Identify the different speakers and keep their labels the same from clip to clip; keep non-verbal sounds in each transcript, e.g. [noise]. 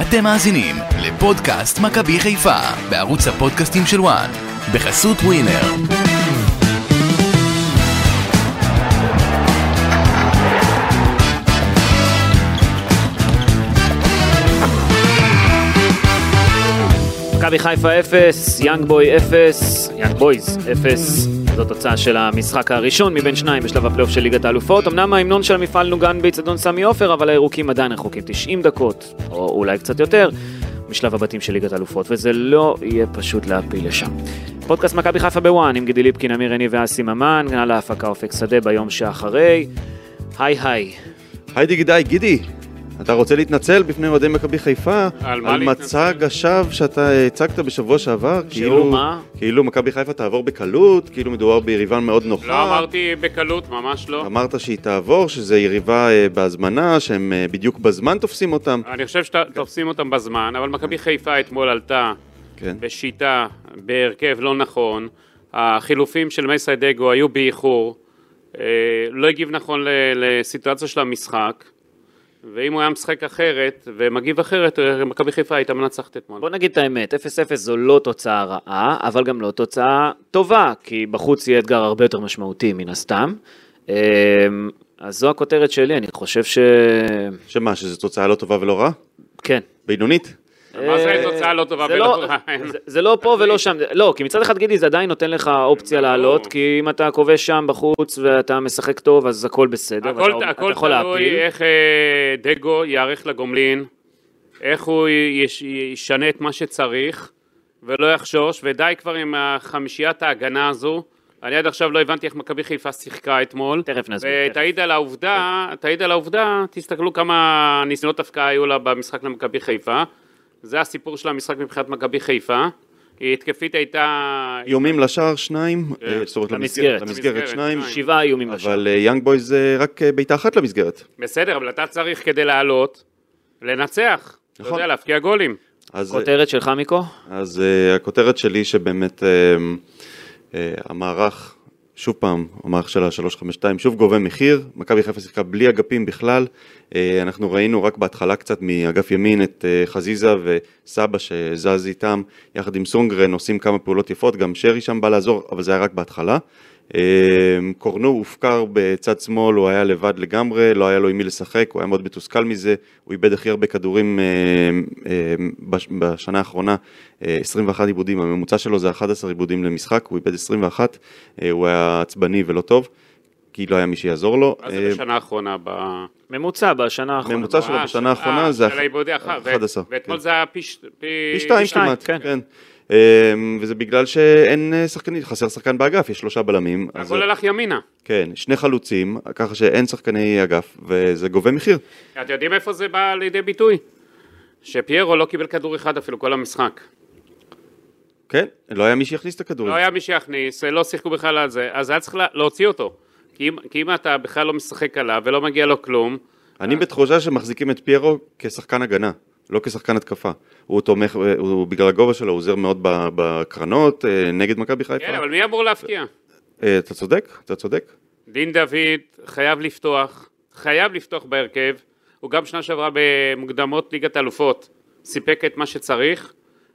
Speaker 1: אתם מאזינים לפודקאסט מכבי חיפה בערוץ הפודקאסטים של וואן בחסות ווינר.
Speaker 2: מכבי חיפה 0, יאנג בוי 0, יאנג בויז 0, זאת תוצאה של המשחק הראשון מבין שניים בשלב הפלייאוף של ליגת האלופות. אמנם ההמנון של המפעל נוגן באצטדיון סמי עופר, אבל הירוקים עדיין רחוקים 90 דקות, או אולי קצת יותר, משלב הבתים של ליגת האלופות, וזה לא יהיה פשוט להפיל לשם. פודקאסט מכבי חיפה בוואן עם גידי ליפקין, אמיר עיני ואסי ממן, על ההפקה אופק שדה ביום שאחרי. היי היי,
Speaker 3: היידי גידי, גידי, אתה רוצה להתנצל בפני אוהדי מכבי חיפה
Speaker 4: על מה
Speaker 3: על
Speaker 4: להתנצל?
Speaker 3: מצג השווא שאתה הצגת בשבוע שעבר?
Speaker 2: שהוא מה?
Speaker 3: כאילו מכבי חיפה תעבור בקלות, כאילו מדובר ביריבה מאוד נוחה.
Speaker 4: לא אמרתי בקלות, ממש לא.
Speaker 3: אמרת שהיא תעבור, שזו יריבה אה, בהזמנה, שהם אה, בדיוק בזמן תופסים אותם.
Speaker 4: אני חושב שתופסים אותם בזמן, אבל מכבי חיפה אתמול עלתה
Speaker 3: כן.
Speaker 4: בשיטה, בהרכב לא נכון. החילופים של מסיידגו היו באיחור. אה, לא הגיב נכון ל- לסיטואציה של המשחק. ואם הוא היה משחק אחרת ומגיב אחרת, אה, מכבי חיפה הייתה מנצחת אתמול.
Speaker 2: בוא נגיד את האמת, 0-0 זו לא תוצאה רעה, אבל גם לא תוצאה טובה, כי בחוץ יהיה אתגר הרבה יותר משמעותי מן הסתם. אמ, אז זו הכותרת שלי, אני חושב ש...
Speaker 3: שמה, שזו תוצאה לא טובה ולא רעה?
Speaker 2: כן.
Speaker 3: בינונית?
Speaker 4: מה זה
Speaker 2: אה,
Speaker 4: תוצאה לא טובה
Speaker 2: זה
Speaker 4: ולא
Speaker 2: לא-
Speaker 4: רעה?
Speaker 2: זה- זה לא פה ולא שם, לא, כי מצד אחד גידי זה עדיין נותן לך אופציה
Speaker 4: ברור.
Speaker 2: לעלות, כי אם אתה כובש שם בחוץ ואתה משחק טוב, אז הכל בסדר,
Speaker 4: הכל,
Speaker 2: ואתה לא, אתה
Speaker 4: הכל
Speaker 2: יכול
Speaker 4: תלוי
Speaker 2: להפיל.
Speaker 4: איך אה, דגו ייערך לגומלין, איך הוא יש, ישנה את מה שצריך, ולא יחשוש, ודי כבר עם החמישיית ההגנה הזו. אני עד עכשיו לא הבנתי איך מכבי חיפה שיחקה אתמול.
Speaker 2: תכף כן. נסביר. תכף.
Speaker 4: ותעיד על העובדה, תעיד על העובדה, תסתכלו כמה ניסיונות הפקעה היו לה במשחק למכבי חיפה. זה הסיפור של המשחק מבחינת מכבי חיפה. היא התקפית הייתה...
Speaker 3: איומים לשער שניים,
Speaker 4: כן.
Speaker 3: אה, זאת אומרת
Speaker 2: למסגרת.
Speaker 3: למסגרת, למסגרת
Speaker 4: למסגרת,
Speaker 3: שניים,
Speaker 4: שניים.
Speaker 2: שבעה איומים לשם.
Speaker 3: אבל אה, יאנג בויז זה רק אה, בעיטה אחת למסגרת.
Speaker 4: בסדר, אבל אתה צריך כדי לעלות, לנצח. אתה
Speaker 3: נכון.
Speaker 4: יודע, להפקיע גולים.
Speaker 3: אז-
Speaker 2: כותרת שלך מיקו?
Speaker 3: אז uh, הכותרת שלי שבאמת uh, uh, המערך, שוב פעם, המערך של ה-352 שוב גובה מחיר, מכבי חיפה שיחקה בלי אגפים בכלל, uh, אנחנו ראינו רק בהתחלה קצת מאגף ימין את uh, חזיזה וסבא שזז איתם, יחד עם סונגרן עושים כמה פעולות יפות, גם שרי שם בא לעזור, אבל זה היה רק בהתחלה. אה, קורנו הופקר בצד שמאל, הוא היה לבד לגמרי, לא היה לו עם מי לשחק, הוא היה מאוד מתוסכל מזה, הוא איבד הכי הרבה כדורים אה, אה, בש- בשנה האחרונה, אה, 21 עיבודים, הממוצע שלו זה 11 עיבודים למשחק, הוא איבד 21, אה, הוא היה עצבני ולא טוב, כי לא היה מי שיעזור לו.
Speaker 4: מה
Speaker 3: אה,
Speaker 4: זה בשנה האחרונה? ב...
Speaker 2: ממוצע בשנה האחרונה.
Speaker 3: ממוצע שלו
Speaker 4: אה,
Speaker 3: בשנה
Speaker 4: אה,
Speaker 3: האחרונה זה
Speaker 4: של העיבודי אחר. ו-
Speaker 3: 11,
Speaker 4: ואתמול
Speaker 3: כן.
Speaker 4: זה היה פי... ש- פי-
Speaker 3: פי שתיים
Speaker 2: שתיים,
Speaker 3: כמעט,
Speaker 2: כן.
Speaker 3: כן. אה, וזה בגלל שאין אה, שחקנים, חסר שחקן באגף, יש שלושה בלמים. אז- אה,
Speaker 4: הכל הלך ימינה.
Speaker 3: כן, שני חלוצים, ככה שאין שחקני אגף, וזה גובה מחיר.
Speaker 4: אתם יודעים איפה זה בא לידי ביטוי? שפיירו לא קיבל כדור אחד אפילו כל המשחק.
Speaker 3: כן, לא היה מי שיכניס את הכדורים.
Speaker 4: לא היה מי שיכניס, לא שיחקו בכלל על זה, אז היה צריך לה- להוציא אותו. כי אם, כי אם אתה בכלל לא משחק עליו ולא מגיע לו כלום,
Speaker 3: אני בתחושה שמחזיקים את פיירו כשחקן הגנה, לא כשחקן התקפה. הוא תומך, הוא בגלל הגובה שלו, הוא עוזר מאוד ב- בקרנות, אה, נגד מכבי חיפה.
Speaker 4: כן, אבל מי אמור להפקיע?
Speaker 3: אה, אתה צודק, אתה צודק.
Speaker 4: דין דוד חייב לפתוח, חייב לפתוח בהרכב, הוא גם שנה שעברה במוקדמות ליגת אלופות, סיפק את מה שצריך,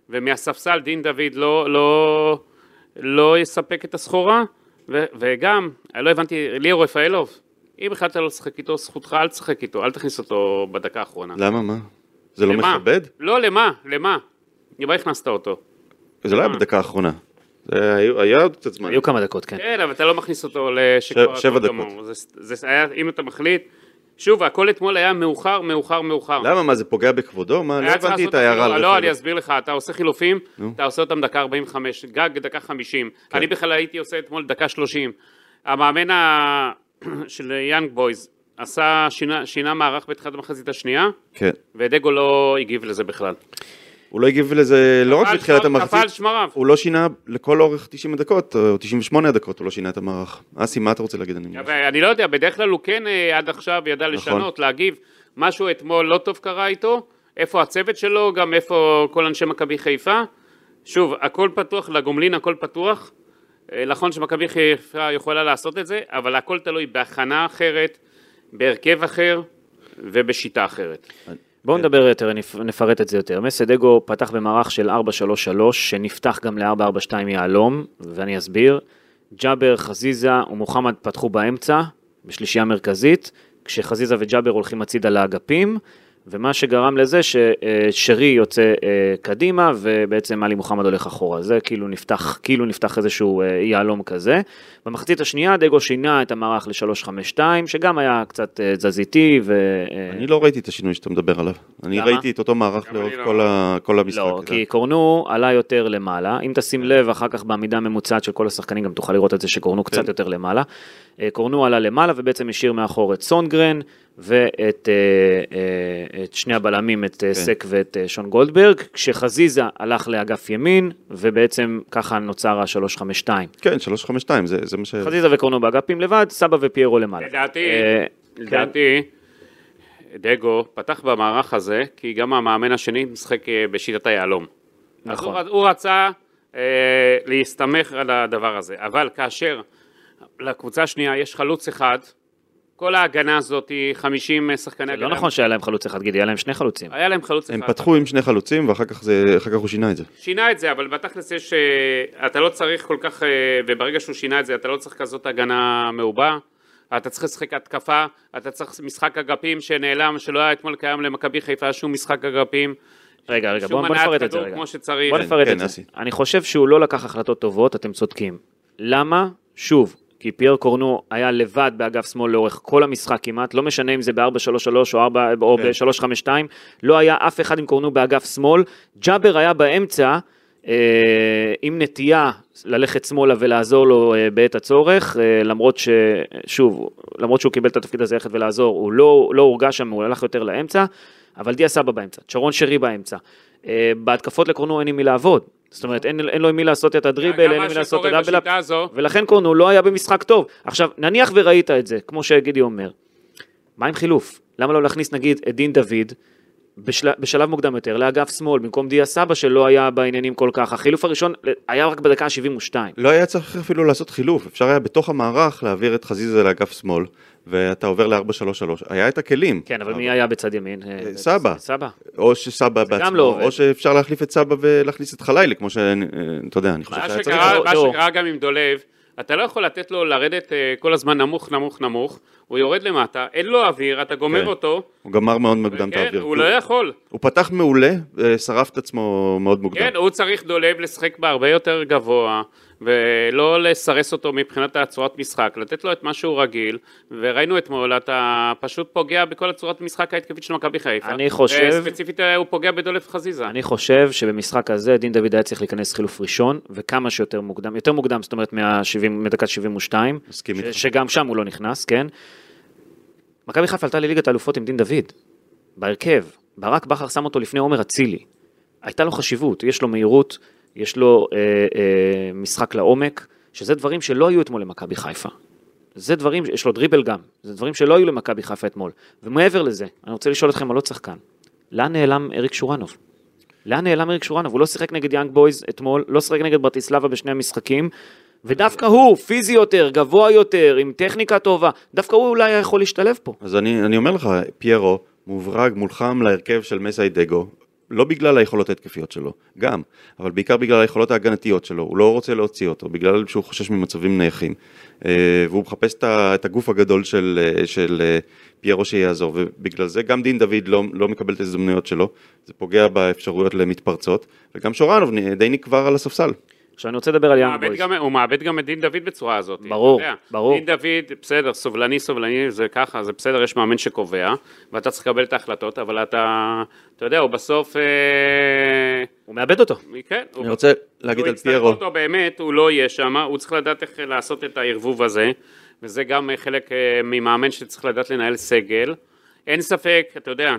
Speaker 4: ומהספסל דין דוד לא, לא, לא יספק את הסחורה, ו, וגם, אני לא הבנתי, ליאור רפאלוב, אם החלטת לא לשחק איתו, זכותך אל תשחק איתו, אל תכניס אותו בדקה האחרונה.
Speaker 3: למה, מה? זה לא
Speaker 4: למה?
Speaker 3: מכבד?
Speaker 4: לא, למה? למה? למה הכנסת אותו?
Speaker 3: זה לא היה בדקה האחרונה. זה היה- היה עוד קצת זמן.
Speaker 2: היו כמה דקות, כן.
Speaker 4: כן, אבל אתה לא מכניס אותו לשכבר...
Speaker 3: ש- שבע
Speaker 4: הכל
Speaker 3: דקות.
Speaker 4: גמור. זה- זה היה, אם אתה מחליט... שוב, הכל אתמול היה מאוחר, מאוחר, מאוחר.
Speaker 3: למה, מה, זה פוגע בכבודו? מה, לא
Speaker 4: היה צריך
Speaker 3: הבנתי
Speaker 4: לעשות
Speaker 3: את ההערה.
Speaker 4: אפילו-
Speaker 3: על
Speaker 4: לא,
Speaker 3: רפאלוב.
Speaker 4: אני אסביר לך, אתה עושה חילופים, אתה עושה אותם דקה 45, גג דקה 50.
Speaker 3: כן.
Speaker 4: אני בכלל הייתי עושה אתמול דקה 30. המאמן ה- [clears throat] של יאנג בויז עשה, שינה- שינה מערך בתחילת המחצית השנייה,
Speaker 3: כן.
Speaker 4: ודגו לא הגיב לזה בכלל.
Speaker 3: הוא לא הגיב לזה לא רק
Speaker 4: קפל
Speaker 3: בתחילת
Speaker 4: שמר- קפל
Speaker 3: המחצית,
Speaker 4: שמריו.
Speaker 3: הוא לא שינה לכל אורך 90 הדקות, או 98 הדקות, הוא לא שינה את המערך. אסי, מה אתה רוצה להגיד? אני
Speaker 4: אבל אני לא יודע, בדרך כלל הוא כן אה, עד עכשיו ידע לשנות, להגיב. משהו אתמול לא טוב קרה איתו, איפה הצוות שלו, גם איפה כל אנשי מכבי חיפה. שוב, הכל פתוח לגומלין, הכל פתוח. אה, נכון שמכבי חיפה יכולה לעשות את זה, אבל הכל תלוי בהכנה אחרת, בהרכב אחר ובשיטה אחרת.
Speaker 2: בואו נדבר יותר, נפ- נפרט את זה יותר. מסדגו פתח במערך של 433, שנפתח גם ל-442 יהלום, ואני אסביר. ג'אבר, חזיזה ומוחמד פתחו באמצע, בשלישייה מרכזית, כשחזיזה וג'אבר הולכים הצידה לאגפים, ומה שגרם לזה ששרי יוצא אה, קדימה, ובעצם עלי מוחמד הולך אחורה. זה כאילו נפתח, כאילו נפתח איזשהו אה, יהלום כזה. במחצית השנייה דגו שינה את המערך ל-352, שגם היה קצת אה, תזזיתי, ו... אה,
Speaker 3: אני לא ראיתי את השינוי שאתה מדבר עליו. אני
Speaker 2: למה?
Speaker 3: ראיתי את אותו מערך
Speaker 4: גם אני
Speaker 3: לאורך
Speaker 4: לא.
Speaker 3: כל ה- כל המשחק.
Speaker 2: לא,
Speaker 3: אתה
Speaker 2: כי קורנו עלה יותר למעלה, אם
Speaker 4: כן.
Speaker 2: תשים לב אחר כך בעמידה הממוצעת של כל השחקנים גם תוכל לראות את זה שקורנו
Speaker 4: כן.
Speaker 2: קצת יותר למעלה. אה, קורנו עלה למעלה ובעצם השאיר מאחור את סונגרן ואת אה, אה, את שני הבלמים, את
Speaker 4: כן.
Speaker 2: אה, סק ואת אה, שון גולדברג, כשחזיזה הלך לאגף ימין ובעצם ככה נוצר ה-352.
Speaker 3: כן, 352, זה זה מה ש...
Speaker 2: חזיזה וקורנו באגפים לבד, סבא ופיירו למעלה.
Speaker 4: כן. לדעתי,
Speaker 2: אה,
Speaker 4: לדעתי, דגו פתח במערך הזה, כי גם המאמן השני משחק אה, בשיטת היהלום.
Speaker 2: נכון.
Speaker 4: אז הוא, הוא רצה אה, להסתמך על הדבר הזה, אבל כאשר לקבוצה השנייה יש חלוץ אחד, כל ההגנה הזאת היא 50 שחקני
Speaker 2: זה
Speaker 4: הגנה.
Speaker 2: לא נכון שהיה להם חלוץ אחד, גידי, היה להם שני חלוצים.
Speaker 4: היה להם חלוץ אחד.
Speaker 3: הם פתחו עם שני חלוצים, ואחר כך זה- אחר כך הוא שינה את זה.
Speaker 4: שינה את זה, אבל בתכלס יש... אה, אתה לא צריך כל כך... אה, וברגע שהוא שינה את זה, אתה לא צריך כזאת הגנה מעובה. אתה צריך לשחק התקפה, אתה צריך משחק אגפים שנעלם, שלא היה אתמול קיים למכבי חיפה שום משחק אגפים.
Speaker 2: רגע, רגע,
Speaker 4: שום
Speaker 2: בוא בוא נפרט
Speaker 4: הנעת
Speaker 2: את זה
Speaker 4: כדור
Speaker 2: רגע.
Speaker 4: כמו שצריך.
Speaker 2: בוא נפרט
Speaker 3: כן,
Speaker 2: את זה.
Speaker 3: אסי.
Speaker 2: אני חושב שהוא לא לקח החלטות טובות, אתם צודקים. למה? שוב, כי פייר קורנו היה לבד באגף שמאל לאורך כל המשחק כמעט, לא משנה אם זה ב-4-3-3 או, 4, או
Speaker 3: כן.
Speaker 2: ב-3-5-2, לא היה אף אחד עם קורנו באגף שמאל. ג'אבר היה באמצע אה, עם נטייה ללכת שמאלה ולעזור לו אה, בעת הצורך, אה, למרות ש... שוב, למרות שהוא קיבל את התפקיד הזה ללכת ולעזור, הוא לא, לא הורגש שם, הוא הלך יותר לאמצע, אבל דיה סבא באמצע, שרון שרי באמצע. אה, בהתקפות לקורנו אין עם מי לעבוד. זאת אומרת, אין, אין לו עם מי לעשות את הדריבל, אין עם מי לעשות את
Speaker 4: גם מה שקורה
Speaker 2: הדאבלאפ,
Speaker 4: בשיטה הזו,
Speaker 2: ולכן קורנו לא היה במשחק טוב. עכשיו, נניח וראית את זה, כמו שגידי אומר, מה עם חילוף? למה לא להכניס נגיד את דין דוד בשל... בשלב מוקדם יותר לאגף שמאל, במקום דיה סבא שלא היה בעניינים כל כך? החילוף הראשון היה רק בדקה ה-72.
Speaker 3: לא היה צריך אפילו לעשות חילוף, אפשר היה בתוך המערך להעביר את חזיזה לאגף שמאל, ואתה עובר ל-433. היה את הכלים.
Speaker 2: כן, אבל מי היה בצד ימין? אה,
Speaker 3: סבא.
Speaker 2: סבא.
Speaker 3: או שסבא
Speaker 2: גם
Speaker 3: בעצמו,
Speaker 2: לא עובד.
Speaker 3: או שאפשר להחליף את סבא ולהכניס את חלילי, כמו ש... אה, אתה יודע, אני חושב
Speaker 4: מה
Speaker 3: שהיה צריך...
Speaker 4: שקרה-
Speaker 2: צריך-
Speaker 4: מה
Speaker 2: לא.
Speaker 4: שקרה גם עם דולב, אתה לא יכול לתת לו לרדת אה, כל הזמן נמוך, נמוך, נמוך, הוא יורד למטה, אין לו אוויר, אתה גומר
Speaker 3: כן.
Speaker 4: אותו,
Speaker 3: הוא גמר מאוד מוקדם את
Speaker 4: כן,
Speaker 3: האוויר.
Speaker 4: הוא לא יכול.
Speaker 3: הוא פתח מעולה, אה, שרף את עצמו מאוד מוקדם.
Speaker 4: כן, הוא צריך דולב לשחק בהרבה יותר גבוה, ולא לסרס אותו מבחינת הצורת משחק, לתת לו את מה שהוא רגיל, וראינו אתמול, אתה פשוט פוגע בכל הצורת משחק ההתקפית של מכבי חיפה.
Speaker 2: אני חושב-
Speaker 4: וספציפית אה, הוא פוגע בדולב חזיזה.
Speaker 2: אני חושב שבמשחק הזה דין דוד היה צריך להיכנס חילוף ראשון, וכמה שיותר מוקדם, יותר מוקדם, זאת אומרת מה-70 מדקת 72,
Speaker 3: מסכים
Speaker 2: ש-
Speaker 3: איתך.
Speaker 2: שגם שם הוא לא נכנס, כן? מכבי חיפה עלתה לליגת האלופות עם דין דוד, בהרכב, ברק בכר שם אותו לפני עומר אצילי. הייתה לו חשיבות, יש לו מהירות, יש לו אה, אה, משחק לעומק, שזה דברים שלא היו אתמול למכבי חיפה. זה דברים, יש לו דריבל גם, זה דברים שלא היו למכבי חיפה אתמול. ומעבר לזה, אני רוצה לשאול אתכם על עוד שחקן. לאן נעלם אריק שורנוב? לאן נעלם אריק שורנוב? הוא לא שיחק נגד יאנג בויז אתמול, לא שיחק נגד ברטיסלבה בשני המשחקים, ודווקא הוא, פיזי יותר, גבוה יותר, עם טכניקה טובה, דווקא הוא אולי היה יכול להשתלב פה.
Speaker 3: אז אני, אני אומר לך, פיירו מוברג מולחם להרכב של מסאי דגו, לא בגלל היכולות ההתקפיות שלו, גם, אבל בעיקר בגלל היכולות ההגנתיות שלו, הוא לא רוצה להוציא אותו, בגלל שהוא חושש ממצבים נייחים, אה, והוא מחפש את ה- את הגוף הגדול של, אה, של אה, פיירו שיעזור, ובגלל זה גם דין דוד לא, לא מקבל את ההזדמנויות שלו, זה פוגע באפשרויות למתפרצות, וגם שורנוב נ- די נקבר על הספסל.
Speaker 2: עכשיו אני רוצה לדבר על
Speaker 4: הוא
Speaker 2: יאנג
Speaker 4: מאבד
Speaker 2: בויז.
Speaker 4: גם- הוא מאבד גם את דין דוד בצורה הזאת.
Speaker 2: ברור,
Speaker 4: אתה יודע.
Speaker 2: ברור.
Speaker 4: דין דוד, בסדר, סובלני, סובלני, זה ככה, זה בסדר, יש מאמן שקובע, ואתה צריך לקבל את ההחלטות, אבל אתה, אתה יודע, הוא בסוף... אה,
Speaker 2: הוא מאבד אותו.
Speaker 4: כן, הוא
Speaker 3: אני רוצה להגיד על
Speaker 4: הוא
Speaker 3: פיירו,
Speaker 4: יצטרך לא אותו באמת, הוא לא יהיה שם, הוא צריך לדעת איך לעשות את הערבוב הזה, וזה גם אה, חלק אה, ממאמן שצריך לדעת לנהל סגל. אין ספק, אתה יודע,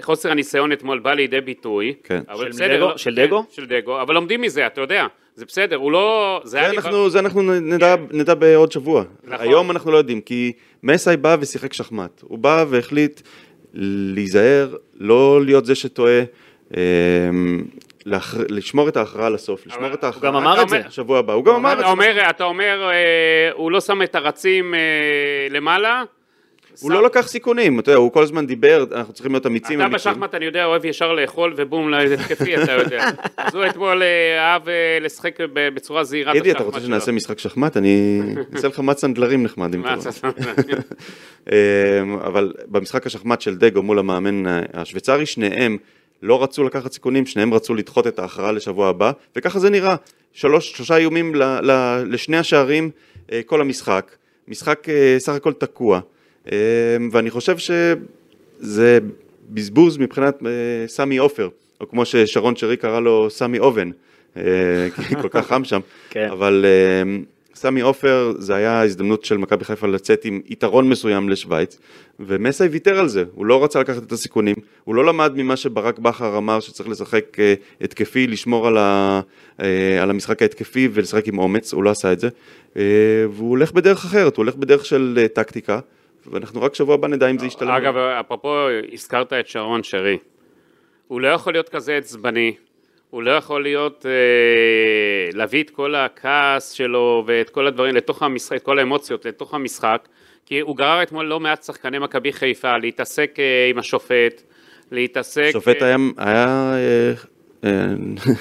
Speaker 4: חוסר הניסיון אתמול בא לידי ביטוי.
Speaker 3: כן.
Speaker 4: אבל
Speaker 2: של
Speaker 4: בסדר,
Speaker 2: דגו?
Speaker 4: לא-
Speaker 2: של
Speaker 4: כן,
Speaker 2: דגו?
Speaker 4: של דגו, אבל לומדים מזה, אתה יודע, זה בסדר, הוא לא... זה
Speaker 3: זה
Speaker 4: היה לי-
Speaker 3: כן, אנחנו, זה אנחנו נ- נדע, נדע בעוד שבוע.
Speaker 4: נכון.
Speaker 3: היום אנחנו לא יודעים, כי מסאי בא ושיחק שחמט. הוא בא והחליט להיזהר, לא להיות זה שטועה, אמ, להכ... לשמור את ההכרעה לסוף, לשמור
Speaker 4: אבל
Speaker 3: את
Speaker 4: הוא
Speaker 3: ההכרעה.
Speaker 2: גם אמר את זה.
Speaker 3: שבוע הבא, הוא גם אמר את
Speaker 4: אתה
Speaker 3: זה.
Speaker 4: אומר, אתה אומר, אה, הוא לא שם את הרצים אה, למעלה,
Speaker 3: הוא לא לקח סיכונים, אתה יודע, הוא כל הזמן דיבר, אנחנו צריכים להיות אמיצים.
Speaker 4: אתה
Speaker 3: אמיצים.
Speaker 4: בשחמט, אני יודע, אוהב ישר לאכול, ובום, להתקפי, אתה יודע.
Speaker 3: [laughs]
Speaker 4: אז הוא אתמול אה, אהב אה, לשחק ב- בצורה זהירה
Speaker 3: גידי, אתה רוצה שנעשה משחק שחמט? אני אני אעשה לך מט סנדלרים נחמד, אם אתה רוצה. [laughs] אמ, אבל במשחק השחמט של דגו מול המאמן ה- השוויצרי, שניהם לא רצו לקחת סיכונים, שניהם רצו לדחות את ההכרעה לשבוע הבא, וככה זה נראה. שלוש, שלושה איומים ל, ל, לשני השערים אה, כל המשחק. משחק אה, סך הכל תקוע. אמ, ואני חושב שזה בזבוז מבחינת אה, סמי עופר, או כמו ששרון שרי קרא לו סמי אובן, אה, [laughs] כי כל כך חם שם.
Speaker 2: כן.
Speaker 3: אבל אמ, סמי עופר, זה היה הזדמנות של מכבי חיפה לצאת עם יתרון מסוים לשוויץ, ומסי ויתר על זה, הוא לא רצה לקחת את הסיכונים, הוא לא למד ממה שברק בכר אמר שצריך לשחק אה, התקפי, לשמור על, ה, אה, על המשחק ההתקפי ולשחק עם אומץ, הוא לא עשה את זה, אה, והוא הולך בדרך אחרת, הוא הולך בדרך של אה, טקטיקה, ואנחנו רק שבוע הבא נדע אם זה ישתלם.
Speaker 4: אגב, אפרופו, הזכרת את שרון שרי. הוא לא יכול להיות כזה עצבני, הוא לא יכול להיות, אה, להביא את כל הכעס שלו ואת כל הדברים לתוך המשחק, את כל האמוציות לתוך המשחק, כי הוא גרר אתמול לא מעט שחקני מכבי חיפה להתעסק אה, עם השופט, להתעסק...
Speaker 3: שופט
Speaker 4: אה,
Speaker 3: היה, היה אה, אה, [laughs]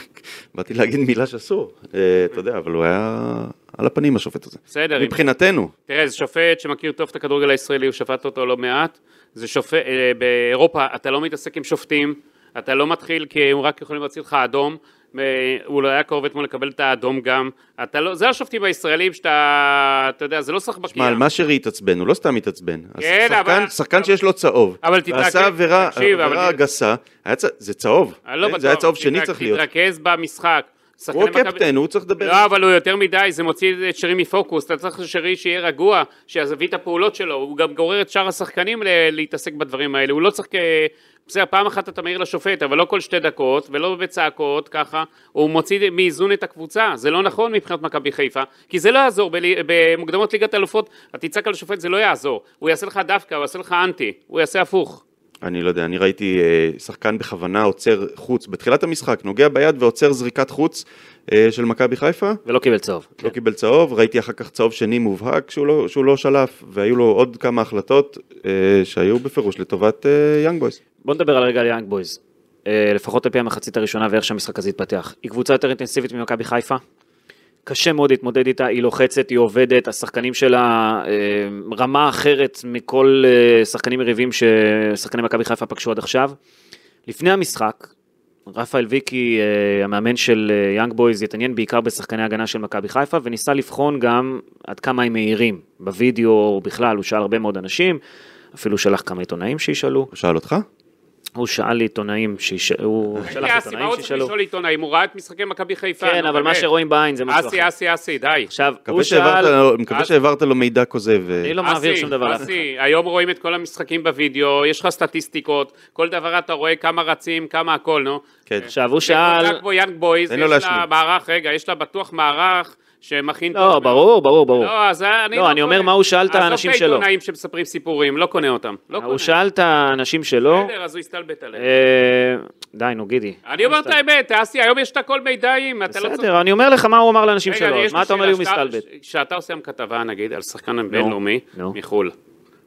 Speaker 3: באתי להגיד מילה שאסור, אה, אתה יודע, אבל הוא היה על הפנים השופט הזה.
Speaker 4: בסדר, עם-
Speaker 3: מבחינתנו.
Speaker 4: תראה, זה שופט שמכיר טוב את הכדורגל הישראלי, הוא שפט אותו לא מעט. זה שופט, אה, באירופה אתה לא מתעסק עם שופטים, אתה לא מתחיל כי הם רק יכולים להוציא לך אדום. אה, הוא לא היה קרוב אתמול לקבל את האדום גם. אתה לא, זה השופטים הישראלים שאתה, אתה יודע, זה לא שחבקיה.
Speaker 3: מה, על מה שרי התעצבן, הוא לא סתם התעצבן.
Speaker 4: כן,
Speaker 3: שחקן,
Speaker 4: אבל-
Speaker 3: שחקן שיש לו צהוב,
Speaker 4: אבל תתרכז-
Speaker 3: ועשה עבירה,
Speaker 4: תקשיב,
Speaker 3: עבירה
Speaker 4: אבל-
Speaker 3: גסה, היה צ- זה צהוב.
Speaker 4: אני לא
Speaker 3: כן?
Speaker 4: בטוח.
Speaker 3: זה היה צהוב שני
Speaker 4: תתרכ-
Speaker 3: צריך להיות.
Speaker 4: תתרכז במשחק. שחקני
Speaker 3: הוא
Speaker 4: מכבי-
Speaker 3: הקפטן, הוא צריך לדבר.
Speaker 4: לא, אבל הוא יותר מדי, זה מוציא את שרי מפוקוס, אתה צריך שרי שיהיה רגוע, שיביא את הפעולות שלו, הוא גם גורר את שאר השחקנים ל- להתעסק בדברים האלה, הוא לא צריך, כ- בסדר, פעם אחת אתה מעיר לשופט, אבל לא כל שתי דקות, ולא בצעקות, ככה, הוא מוציא מאיזון את הקבוצה, זה לא נכון מבחינת מכבי חיפה, כי זה לא יעזור, בלי- במוקדמות ליגת אלופות, אתה תצעק על השופט, זה לא יעזור, הוא יעשה לך דווקא, הוא יעשה לך אנטי, הוא יעשה הפוך.
Speaker 3: אני לא יודע, אני ראיתי אה, שחקן בכוונה עוצר חוץ, בתחילת המשחק, נוגע ביד ועוצר זריקת חוץ אה, של מכבי חיפה,
Speaker 2: ולא קיבל צהוב.
Speaker 4: כן.
Speaker 3: לא קיבל צהוב, ראיתי אחר כך צהוב שני מובהק שהוא לא- שהוא לא שלף, והיו לו עוד כמה החלטות אה, שהיו בפירוש לטובת אה, יאנג בויס.
Speaker 2: בוא נדבר על רגע על יאנג בויז. אה, לפחות על פי המחצית הראשונה ואיך שהמשחק הזה התפתח. היא קבוצה יותר אינטנסיבית ממכבי חיפה. קשה מאוד להתמודד איתה, היא לוחצת, היא עובדת, השחקנים שלה אה, רמה אחרת מכל אה, שחקנים יריבים ששחקני מכבי חיפה פגשו עד עכשיו. לפני המשחק, רפאל ויקי, אה, המאמן של אה, יאנג בויז, התעניין בעיקר בשחקני הגנה של מכבי חיפה, וניסה לבחון גם עד כמה הם מהירים. בווידאו, או בכלל, הוא שאל הרבה מאוד אנשים, אפילו שלח כמה עיתונאים שישאלו.
Speaker 3: הוא שאל אותך?
Speaker 2: הוא שאל עיתונאים, שיש- הוא שלח
Speaker 4: אסי, מה
Speaker 2: עיתונאים
Speaker 4: הוא צריך
Speaker 2: שישאלו.
Speaker 4: לשאול עיתונאים, הוא ראה את משחקי מכבי חיפה,
Speaker 2: כן,
Speaker 4: נו,
Speaker 2: אבל מה
Speaker 4: באמת.
Speaker 2: שרואים בעין זה משהו
Speaker 4: אסי,
Speaker 2: אחר.
Speaker 4: אסי, אסי, די.
Speaker 2: עכשיו, הוא
Speaker 3: מקווה שהעברת
Speaker 2: שאל,
Speaker 3: לו- מקווה
Speaker 4: אז-
Speaker 3: שהעברת לו מידע כוזב. אה.
Speaker 2: אני לא מעביר
Speaker 4: אסי,
Speaker 2: שום דבר.
Speaker 4: אסי, היום רואים את כל המשחקים בווידאו, יש לך סטטיסטיקות, כל דבר אתה רואה כמה רצים, כמה הכל, נו.
Speaker 3: כן.
Speaker 2: עכשיו, הוא שאל,
Speaker 4: קבוצה כמו יאנג בויז,
Speaker 3: תן
Speaker 4: יש
Speaker 3: לו
Speaker 4: לה
Speaker 3: להשלים.
Speaker 4: מערך, רגע, יש לה בטוח מערך שמכין...
Speaker 2: לא,
Speaker 4: טוב מאוד.
Speaker 2: ברור, ברור, ברור.
Speaker 4: לא, אז אני
Speaker 2: לא, אני אומר
Speaker 4: קונה.
Speaker 2: מה הוא שאל את
Speaker 4: עזוב
Speaker 2: האנשים שלו.
Speaker 4: העיתונאים שמספרים סיפורים, לא קונה אותם. לא קונה.
Speaker 2: הוא שאל את האנשים שלו,
Speaker 4: בסדר, אז הוא הסתלבט עליהם.
Speaker 2: אה, די, נו, גידי.
Speaker 4: אני אומר את האמת, אסי, היום יש את הכל מידעים, אתה לא צריך...
Speaker 2: אה, בסדר, אני אומר לך מה הוא אמר לאנשים
Speaker 4: רגע,
Speaker 2: שלו,
Speaker 4: יש
Speaker 2: אז מה אתה אומר לי
Speaker 4: שאלה.
Speaker 2: הוא מסתלבט?
Speaker 4: שאתה- כשאתה עושה היום כתבה, נגיד, על שחקן בינלאומי
Speaker 2: נו.
Speaker 4: מחו"ל,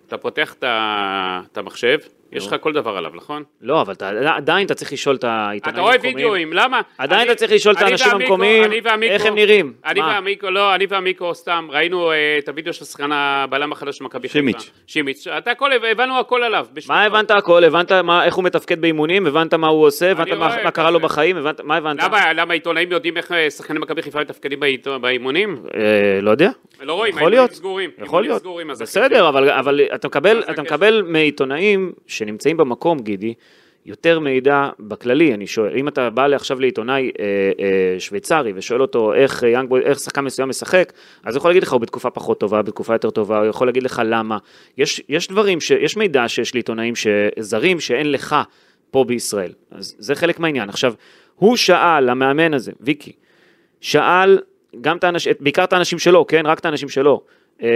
Speaker 4: אתה פותח את ה- את המחשב, יש לך כל דבר עליו, נכון?
Speaker 2: לא, אבל אתה- עדיין אתה צריך לשאול את
Speaker 4: אתה
Speaker 2: העיתונאים
Speaker 4: רואה
Speaker 2: המקומיים.
Speaker 4: וידאוים, למה?
Speaker 2: עדיין
Speaker 4: אני-
Speaker 2: אתה צריך לשאול את
Speaker 4: אני
Speaker 2: האנשים
Speaker 4: והמיקרו-
Speaker 2: המקומיים,
Speaker 4: אני והמיקרו-
Speaker 2: איך הם נראים.
Speaker 4: אני
Speaker 2: מה?
Speaker 4: והמיקרו, לא, אני והמיקרו סתם, ראינו אה, את הוידאו של שחקן הבלם החדש של מכבי חיפה.
Speaker 3: שימיץ'.
Speaker 4: שימיץ'. אתה הכל, הבנו הכל עליו. בשביל-
Speaker 2: מה הבנת הכל? הבנת מה- איך הוא מתפקד באימונים? הבנת מה הוא עושה? הבנת
Speaker 4: אני
Speaker 2: מה-
Speaker 4: רואה
Speaker 2: מה
Speaker 4: את
Speaker 2: קרה לו
Speaker 4: זה.
Speaker 2: בחיים? הבנת- מה הבנת?
Speaker 4: למה למה עיתונאים יודעים איך אה, שחקני מכבי חיפה מתפקדים בעיתו- באימונים?
Speaker 2: אה, לא יודע.
Speaker 4: לא רואים,
Speaker 2: יכול להיות.
Speaker 4: האימונים סגורים.
Speaker 2: יכול
Speaker 4: אימונים
Speaker 2: להיות.
Speaker 4: סגורים, אז אתה יודע.
Speaker 2: בסדר, אבל, אבל אתה מקבל,
Speaker 4: אז
Speaker 2: אתה
Speaker 4: הקשר.
Speaker 2: מקבל מעיתונאים שנמצאים במקום, גידי, יותר מידע בכללי, אני שואל. אם אתה בא עכשיו לעיתונאי אה, אה, שוויצרי ושואל אותו איך, אה, יאנג בוי, איך שחקן מסוים משחק, אז הוא יכול להגיד לך, הוא בתקופה פחות טובה, בתקופה יותר טובה, הוא יכול להגיד לך למה. יש, יש דברים, ש, יש מידע שיש לעיתונאים ש- זרים שאין לך פה בישראל. אז זה חלק מהעניין. עכשיו, הוא שאל, המאמן הזה, ויקי, שאל גם את האנשים, בעיקר את האנשים שלו, כן? רק את האנשים שלו. אה,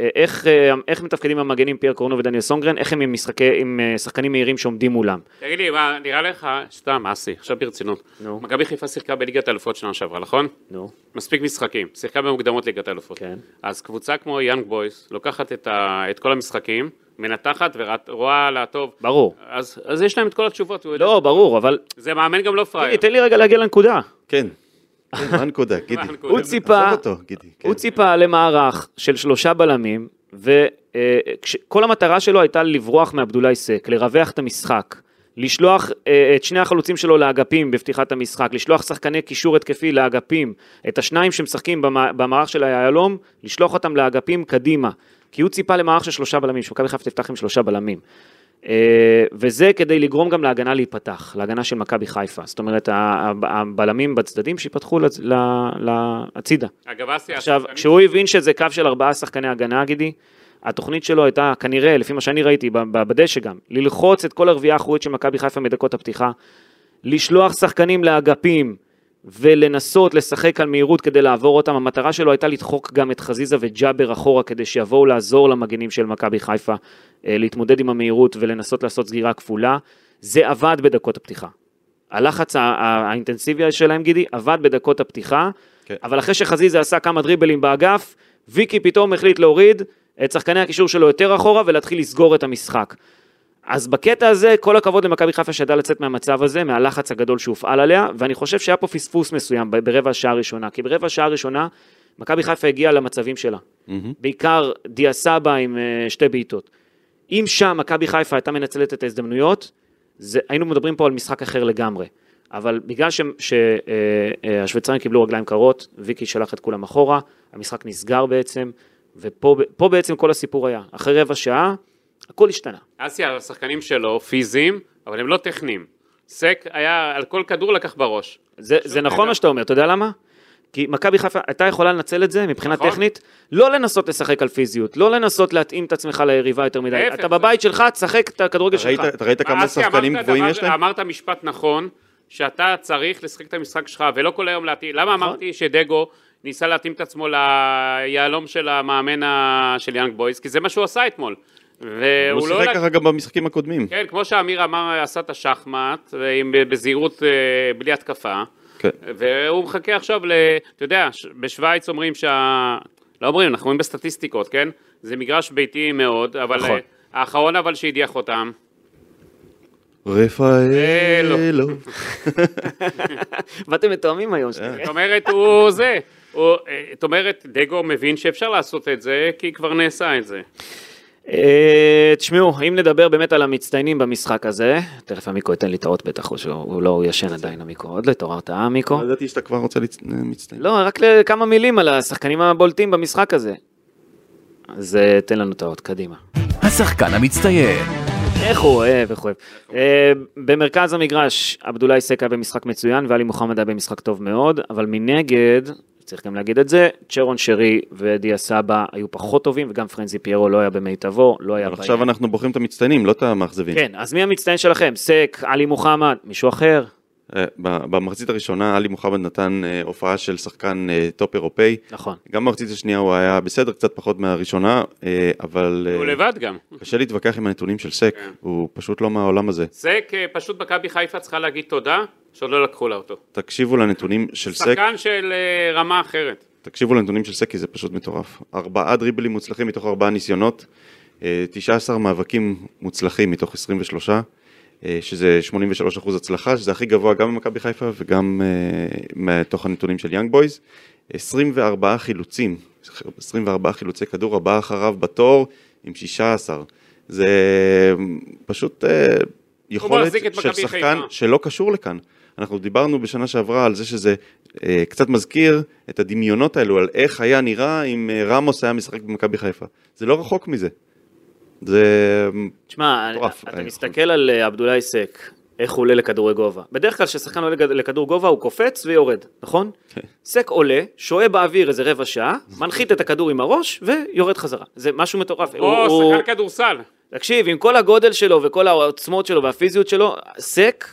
Speaker 2: אה, איך, אה, איך מתפקדים המגנים פייר קורנו ודניאל סונגרן, איך הם עם, משחקי, עם אה, שחקנים מהירים שעומדים מולם.
Speaker 4: תגיד לי, מה, נראה לך, סתם, אסי, עכשיו ברצינות.
Speaker 2: נו.
Speaker 4: מכבי חיפה שיחקה בליגת האלופות שנה שעברה, נכון?
Speaker 2: נו,
Speaker 4: מספיק משחקים, שיחקה במוקדמות ליגת האלופות.
Speaker 2: כן.
Speaker 4: אז קבוצה כמו יאנג בויס, לוקחת את, ה, את כל המשחקים, מנתחת ורואה לה טוב.
Speaker 2: ברור.
Speaker 4: אז, אז יש להם את כל התשובות. הוא יודע.
Speaker 2: לא, ברור, אבל
Speaker 4: זה מאמן גם לא
Speaker 2: תגיד,
Speaker 4: פראייר.
Speaker 2: תן לי רגע להגיע לנקודה.
Speaker 3: כן. כן, מה הנקודה, גידי?
Speaker 4: הנקודה?
Speaker 2: הוא
Speaker 4: עזוב
Speaker 2: ציפה,
Speaker 3: עזוב אותו, גידי. כן.
Speaker 2: הוא ציפה למערך של שלושה בלמים, וכל המטרה שלו הייתה לברוח מעבדולאי סק, לרווח את המשחק, לשלוח אה, את שני החלוצים שלו לאגפים בפתיחת המשחק, לשלוח שחקני קישור התקפי לאגפים, את השניים שמשחקים במע- במערך של היהלום, לשלוח אותם לאגפים קדימה. כי הוא ציפה למערך של שלושה בלמים, שמכבי חיפה תפתח עם שלושה בלמים. אה, וזה כדי לגרום גם להגנה להיפתח, להגנה של מכבי חיפה. זאת אומרת, ה- ה- הבלמים בצדדים שיפתחו לצ- ל- ל- הצידה.
Speaker 4: אגב, אסי,
Speaker 2: עכשיו,
Speaker 4: השחקנים-
Speaker 2: כשהוא הבין שזה קו של ארבעה שחקני הגנה, גידי, התוכנית שלו הייתה, כנראה, לפי מה שאני ראיתי ב- ב- בדשא גם, ללחוץ את כל הרביעייה האחורית של מכבי חיפה מדקות הפתיחה, לשלוח שחקנים לאגפים ולנסות לשחק על מהירות כדי לעבור אותם. המטרה שלו הייתה לדחוק גם את חזיזה וג'אבר אחורה כדי שיבואו לעזור למגנים של מכבי חיפה אה, להתמודד עם המהירות ולנסות לעשות סגירה כפולה. זה עבד בדקות הפתיחה. הלחץ הא- הא- האינטנסיבי שלהם, גידי, עבד בדקות הפתיחה,
Speaker 3: כן.
Speaker 2: אבל אחרי שחזיזה עשה כמה דריבלים באגף, ויקי פתאום החליט להוריד את שחקני הקישור שלו יותר אחורה ולהתחיל לסגור את המשחק. אז בקטע הזה, כל הכבוד למכבי חיפה שידעה לצאת מהמצב הזה, מהלחץ הגדול שהופעל עליה, ואני חושב שהיה פה פספוס מסוים ב- ברבע השעה הראשונה, כי ברבע השעה הראשונה, מכבי חיפה הגיעה למצבים שלה. בעיקר דיה סבא עם אה, שתי בעיטות. אם שם מכבי חיפה הייתה מנצלת את ההזדמנויות, זה, היינו מדברים פה על משחק אחר לגמרי. אבל בגלל שהשוויצרים אה, קיבלו רגליים קרות, ויקי שלח את כולם אחורה, המשחק נסגר בעצם, ופה פה בעצם כל הסיפור היה. אחרי רבע שעה, הכל השתנה.
Speaker 4: אסי, השחקנים שלו פיזיים, אבל הם לא טכניים. סק היה, על כל כדור לקח בראש.
Speaker 2: זה, זה נכון מה שאתה אומר, אתה יודע למה? כי מכבי חיפה הייתה יכולה לנצל את זה מבחינה
Speaker 4: נכון.
Speaker 2: טכנית, לא לנסות לשחק על פיזיות, לא לנסות להתאים את עצמך ליריבה יותר מדי.
Speaker 4: להפך,
Speaker 2: אתה
Speaker 4: זה-
Speaker 2: בבית שלך, תשחק את הכדורגל
Speaker 3: אתה ראית-
Speaker 2: שלך.
Speaker 3: אתה ראית כמה
Speaker 4: אסי,
Speaker 3: שחקנים
Speaker 4: אה, כן, אמרת
Speaker 3: גבוהים
Speaker 4: דבר-
Speaker 3: יש להם?
Speaker 4: אמרת משפט נכון, שאתה צריך לשחק את המשחק שלך, ולא כל היום להתאים. למה
Speaker 2: נכון.
Speaker 4: אמרתי שדגו ניסה להתאים את עצמו ליהלום של המאמן ה- של יאנג בויז? כי זה מה שהוא עשה אתמול.
Speaker 3: הוא
Speaker 4: והוא לא...
Speaker 3: שיחק
Speaker 4: לק-
Speaker 3: ככה גם במשחקים הקודמים.
Speaker 4: כן, כמו שאמיר אמר, עשה את השחמט, ועם- בזהירות, אה, בלי התקפה.
Speaker 3: כן.
Speaker 4: והוא מחכה עכשיו ל... אתה יודע, ש- בשוויץ אומרים שה... לא אומרים, אנחנו אומרים בסטטיסטיקות, כן? זה מגרש ביתי מאוד, אבל...
Speaker 2: נכון.
Speaker 4: נכון. האחרון אבל שהדיח אותם.
Speaker 3: רפאלו.
Speaker 2: ואתם מתואמים היום. שניכם.
Speaker 4: זאת אומרת, הוא זה. הוא, אה, זאת אומרת, דגו מבין שאפשר לעשות את זה, כי כבר נעשה את זה.
Speaker 2: אה, תשמעו, אם נדבר באמת על המצטיינים במשחק הזה, תכף המיקרו ייתן לי את האות בטח, או שהוא לא הוא ישן עדיין המיקרו, עוד לא התעוררת, אה המיקרו?
Speaker 3: לא ידעתי שאתה כבר רוצה להצט- להצטיין.
Speaker 2: לא, רק לכמה מילים על השחקנים הבולטים במשחק הזה. אז אה, תן לנו את האות, קדימה.
Speaker 1: השחקן המצטיין,
Speaker 2: איך הוא אוהב, איך הוא אוהב. אה, במרכז המגרש, עבדולאי סק היה במשחק מצוין, ואלי מוחמד היה במשחק טוב מאוד, אבל מנגד, צריך גם להגיד את זה, צ'רון שרי ודיה סבא היו פחות טובים, וגם פרנזי פיירו לא היה במיטבו, לא היה
Speaker 3: אבל
Speaker 2: בעניין.
Speaker 3: עכשיו אנחנו בוחרים את המצטיינים, לא את המאכזבים.
Speaker 2: כן, אז מי המצטיין שלכם? סק, עלי מוחמד, מישהו אחר?
Speaker 3: אה, ב- במחצית הראשונה עלי מוחמד נתן אה, הופעה של שחקן אה, טופ אירופאי.
Speaker 2: נכון.
Speaker 3: גם במחצית השנייה הוא היה בסדר, קצת פחות מהראשונה, אה, אבל אה,
Speaker 4: הוא לבד כן. גם.
Speaker 3: קשה להתווכח עם הנתונים של סק, הוא פשוט לא מהעולם הזה.
Speaker 4: סק, אה, פשוט מכבי חיפה צריכה להגיד תודה, שעוד לא לקחו לה אותו.
Speaker 3: תקשיבו לנתונים של סק,
Speaker 4: שחקן של אה, רמה אחרת.
Speaker 3: תקשיבו לנתונים של סק כי זה פשוט מטורף. ארבעה דריבלים מוצלחים מתוך ארבעה ניסיונות, אה, 19 מאבקים מוצלחים מתוך 23, אה, שזה 83% הצלחה, שזה הכי גבוה גם במכבי חיפה וגם אה, מתוך הנתונים של יאנג בויז. 24 חילוצים, 24 חילוצי כדור, הבא אחריו בתור עם 16. זה פשוט אה, יכולת
Speaker 4: מחזיק את
Speaker 3: של
Speaker 4: מכבי
Speaker 3: שחקן
Speaker 4: חיפה.
Speaker 3: שלא קשור לכאן. אנחנו דיברנו בשנה שעברה על זה שזה אה, קצת מזכיר את הדמיונות האלו, על איך היה נראה אם אה, רמוס היה משחק במכבי חיפה. זה לא רחוק מזה. זה...
Speaker 2: תשמע,
Speaker 3: מטורף,
Speaker 2: אתה
Speaker 3: אני
Speaker 2: מסתכל על אה, עבדולאי סק, איך הוא עולה לכדורי גובה. בדרך כלל כששחקן עולה לכדור גובה הוא קופץ ויורד, נכון? סק עולה, שועה באוויר איזה רבע שעה, מנחית את הכדור עם הראש ויורד חזרה. זה משהו מטורף. הוא-
Speaker 4: או,
Speaker 2: הוא-
Speaker 4: שחקן כדורסל.
Speaker 2: תקשיב, עם כל הגודל שלו וכל העוצמות שלו והפיזיות שלו, סק,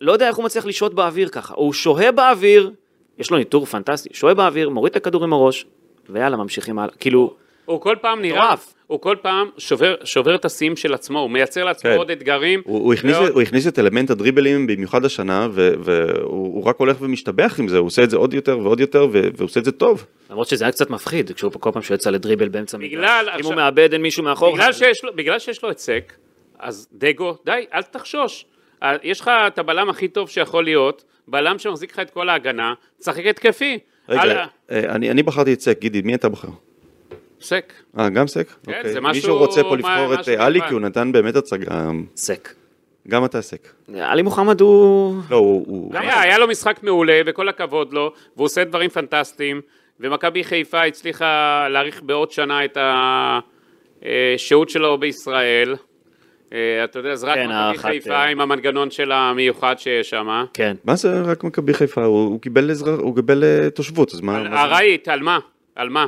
Speaker 2: לא יודע איך הוא מצליח לשהות באוויר ככה. הוא שוהה באוויר, יש לו ניטור פנטסטי, שוהה באוויר, מוריד את הכדור עם הראש, ויאללה, ממשיכים הלאה. כאילו,
Speaker 4: הוא כל פעם נראה,
Speaker 2: מטורף.
Speaker 4: הוא כל פעם שובר, שובר את השיאים של עצמו, הוא מייצר לעצמו
Speaker 3: כן.
Speaker 4: עוד אתגרים. אה,
Speaker 3: הוא, הוא, הכניס,
Speaker 4: ועוד-
Speaker 3: הוא הכניס את אלמנט הדריבלים במיוחד השנה, ו, והוא הוא רק הולך ומשתבח עם זה, הוא עושה את זה עוד יותר ועוד יותר, ו, והוא עושה את זה טוב.
Speaker 2: למרות שזה היה קצת מפחיד, כשהוא כל פעם שהוא יצא לדריבל באמצע המגרש.
Speaker 4: בגלל-
Speaker 2: אם
Speaker 4: עכשיו-
Speaker 2: הוא מאבד אין מישהו מאחור.
Speaker 4: בגלל שיש, לו, בגלל שיש לו היצק, אז דגו, די, אל תחשוש. אה, יש לך את הבלם הכי טוב שיכול להיות, בלם שמחזיק לך את כל ההגנה, תשחק התקפי.
Speaker 3: רגע,
Speaker 4: הלאה.
Speaker 3: אה, אני, אני בחרתי את סק, גידי, מי אתה בוחר?
Speaker 4: הפסק.
Speaker 3: אה, גם סק?
Speaker 4: כן,
Speaker 3: אוקיי.
Speaker 4: זה משהו-
Speaker 3: מישהו רוצה פה לבחור
Speaker 4: מה-
Speaker 3: את
Speaker 4: משהו
Speaker 3: אה, עלי,
Speaker 4: מיוחד.
Speaker 3: כי הוא נתן באמת הצגה,
Speaker 2: סק.
Speaker 3: גם אתה סק.
Speaker 2: עלי מוחמד הוא...
Speaker 3: לא, הוא... הוא...
Speaker 4: היה, היה לו משחק מעולה, וכל הכבוד לו, והוא עושה דברים פנטסטיים, ומכבי חיפה הצליחה להאריך בעוד שנה את השהות שלו בישראל. אה, אתה יודע, זה רק
Speaker 2: כן,
Speaker 4: מכבי
Speaker 2: הארכת,
Speaker 4: חיפה
Speaker 2: אה.
Speaker 4: עם המנגנון של המיוחד שיש שם. אה?
Speaker 2: כן.
Speaker 3: מה זה רק מכבי חיפה? הוא, הוא קיבל אזרח, הוא קיבל אה, תושבות, אז מה... מה זה?
Speaker 4: ארעית, על מה? על מה?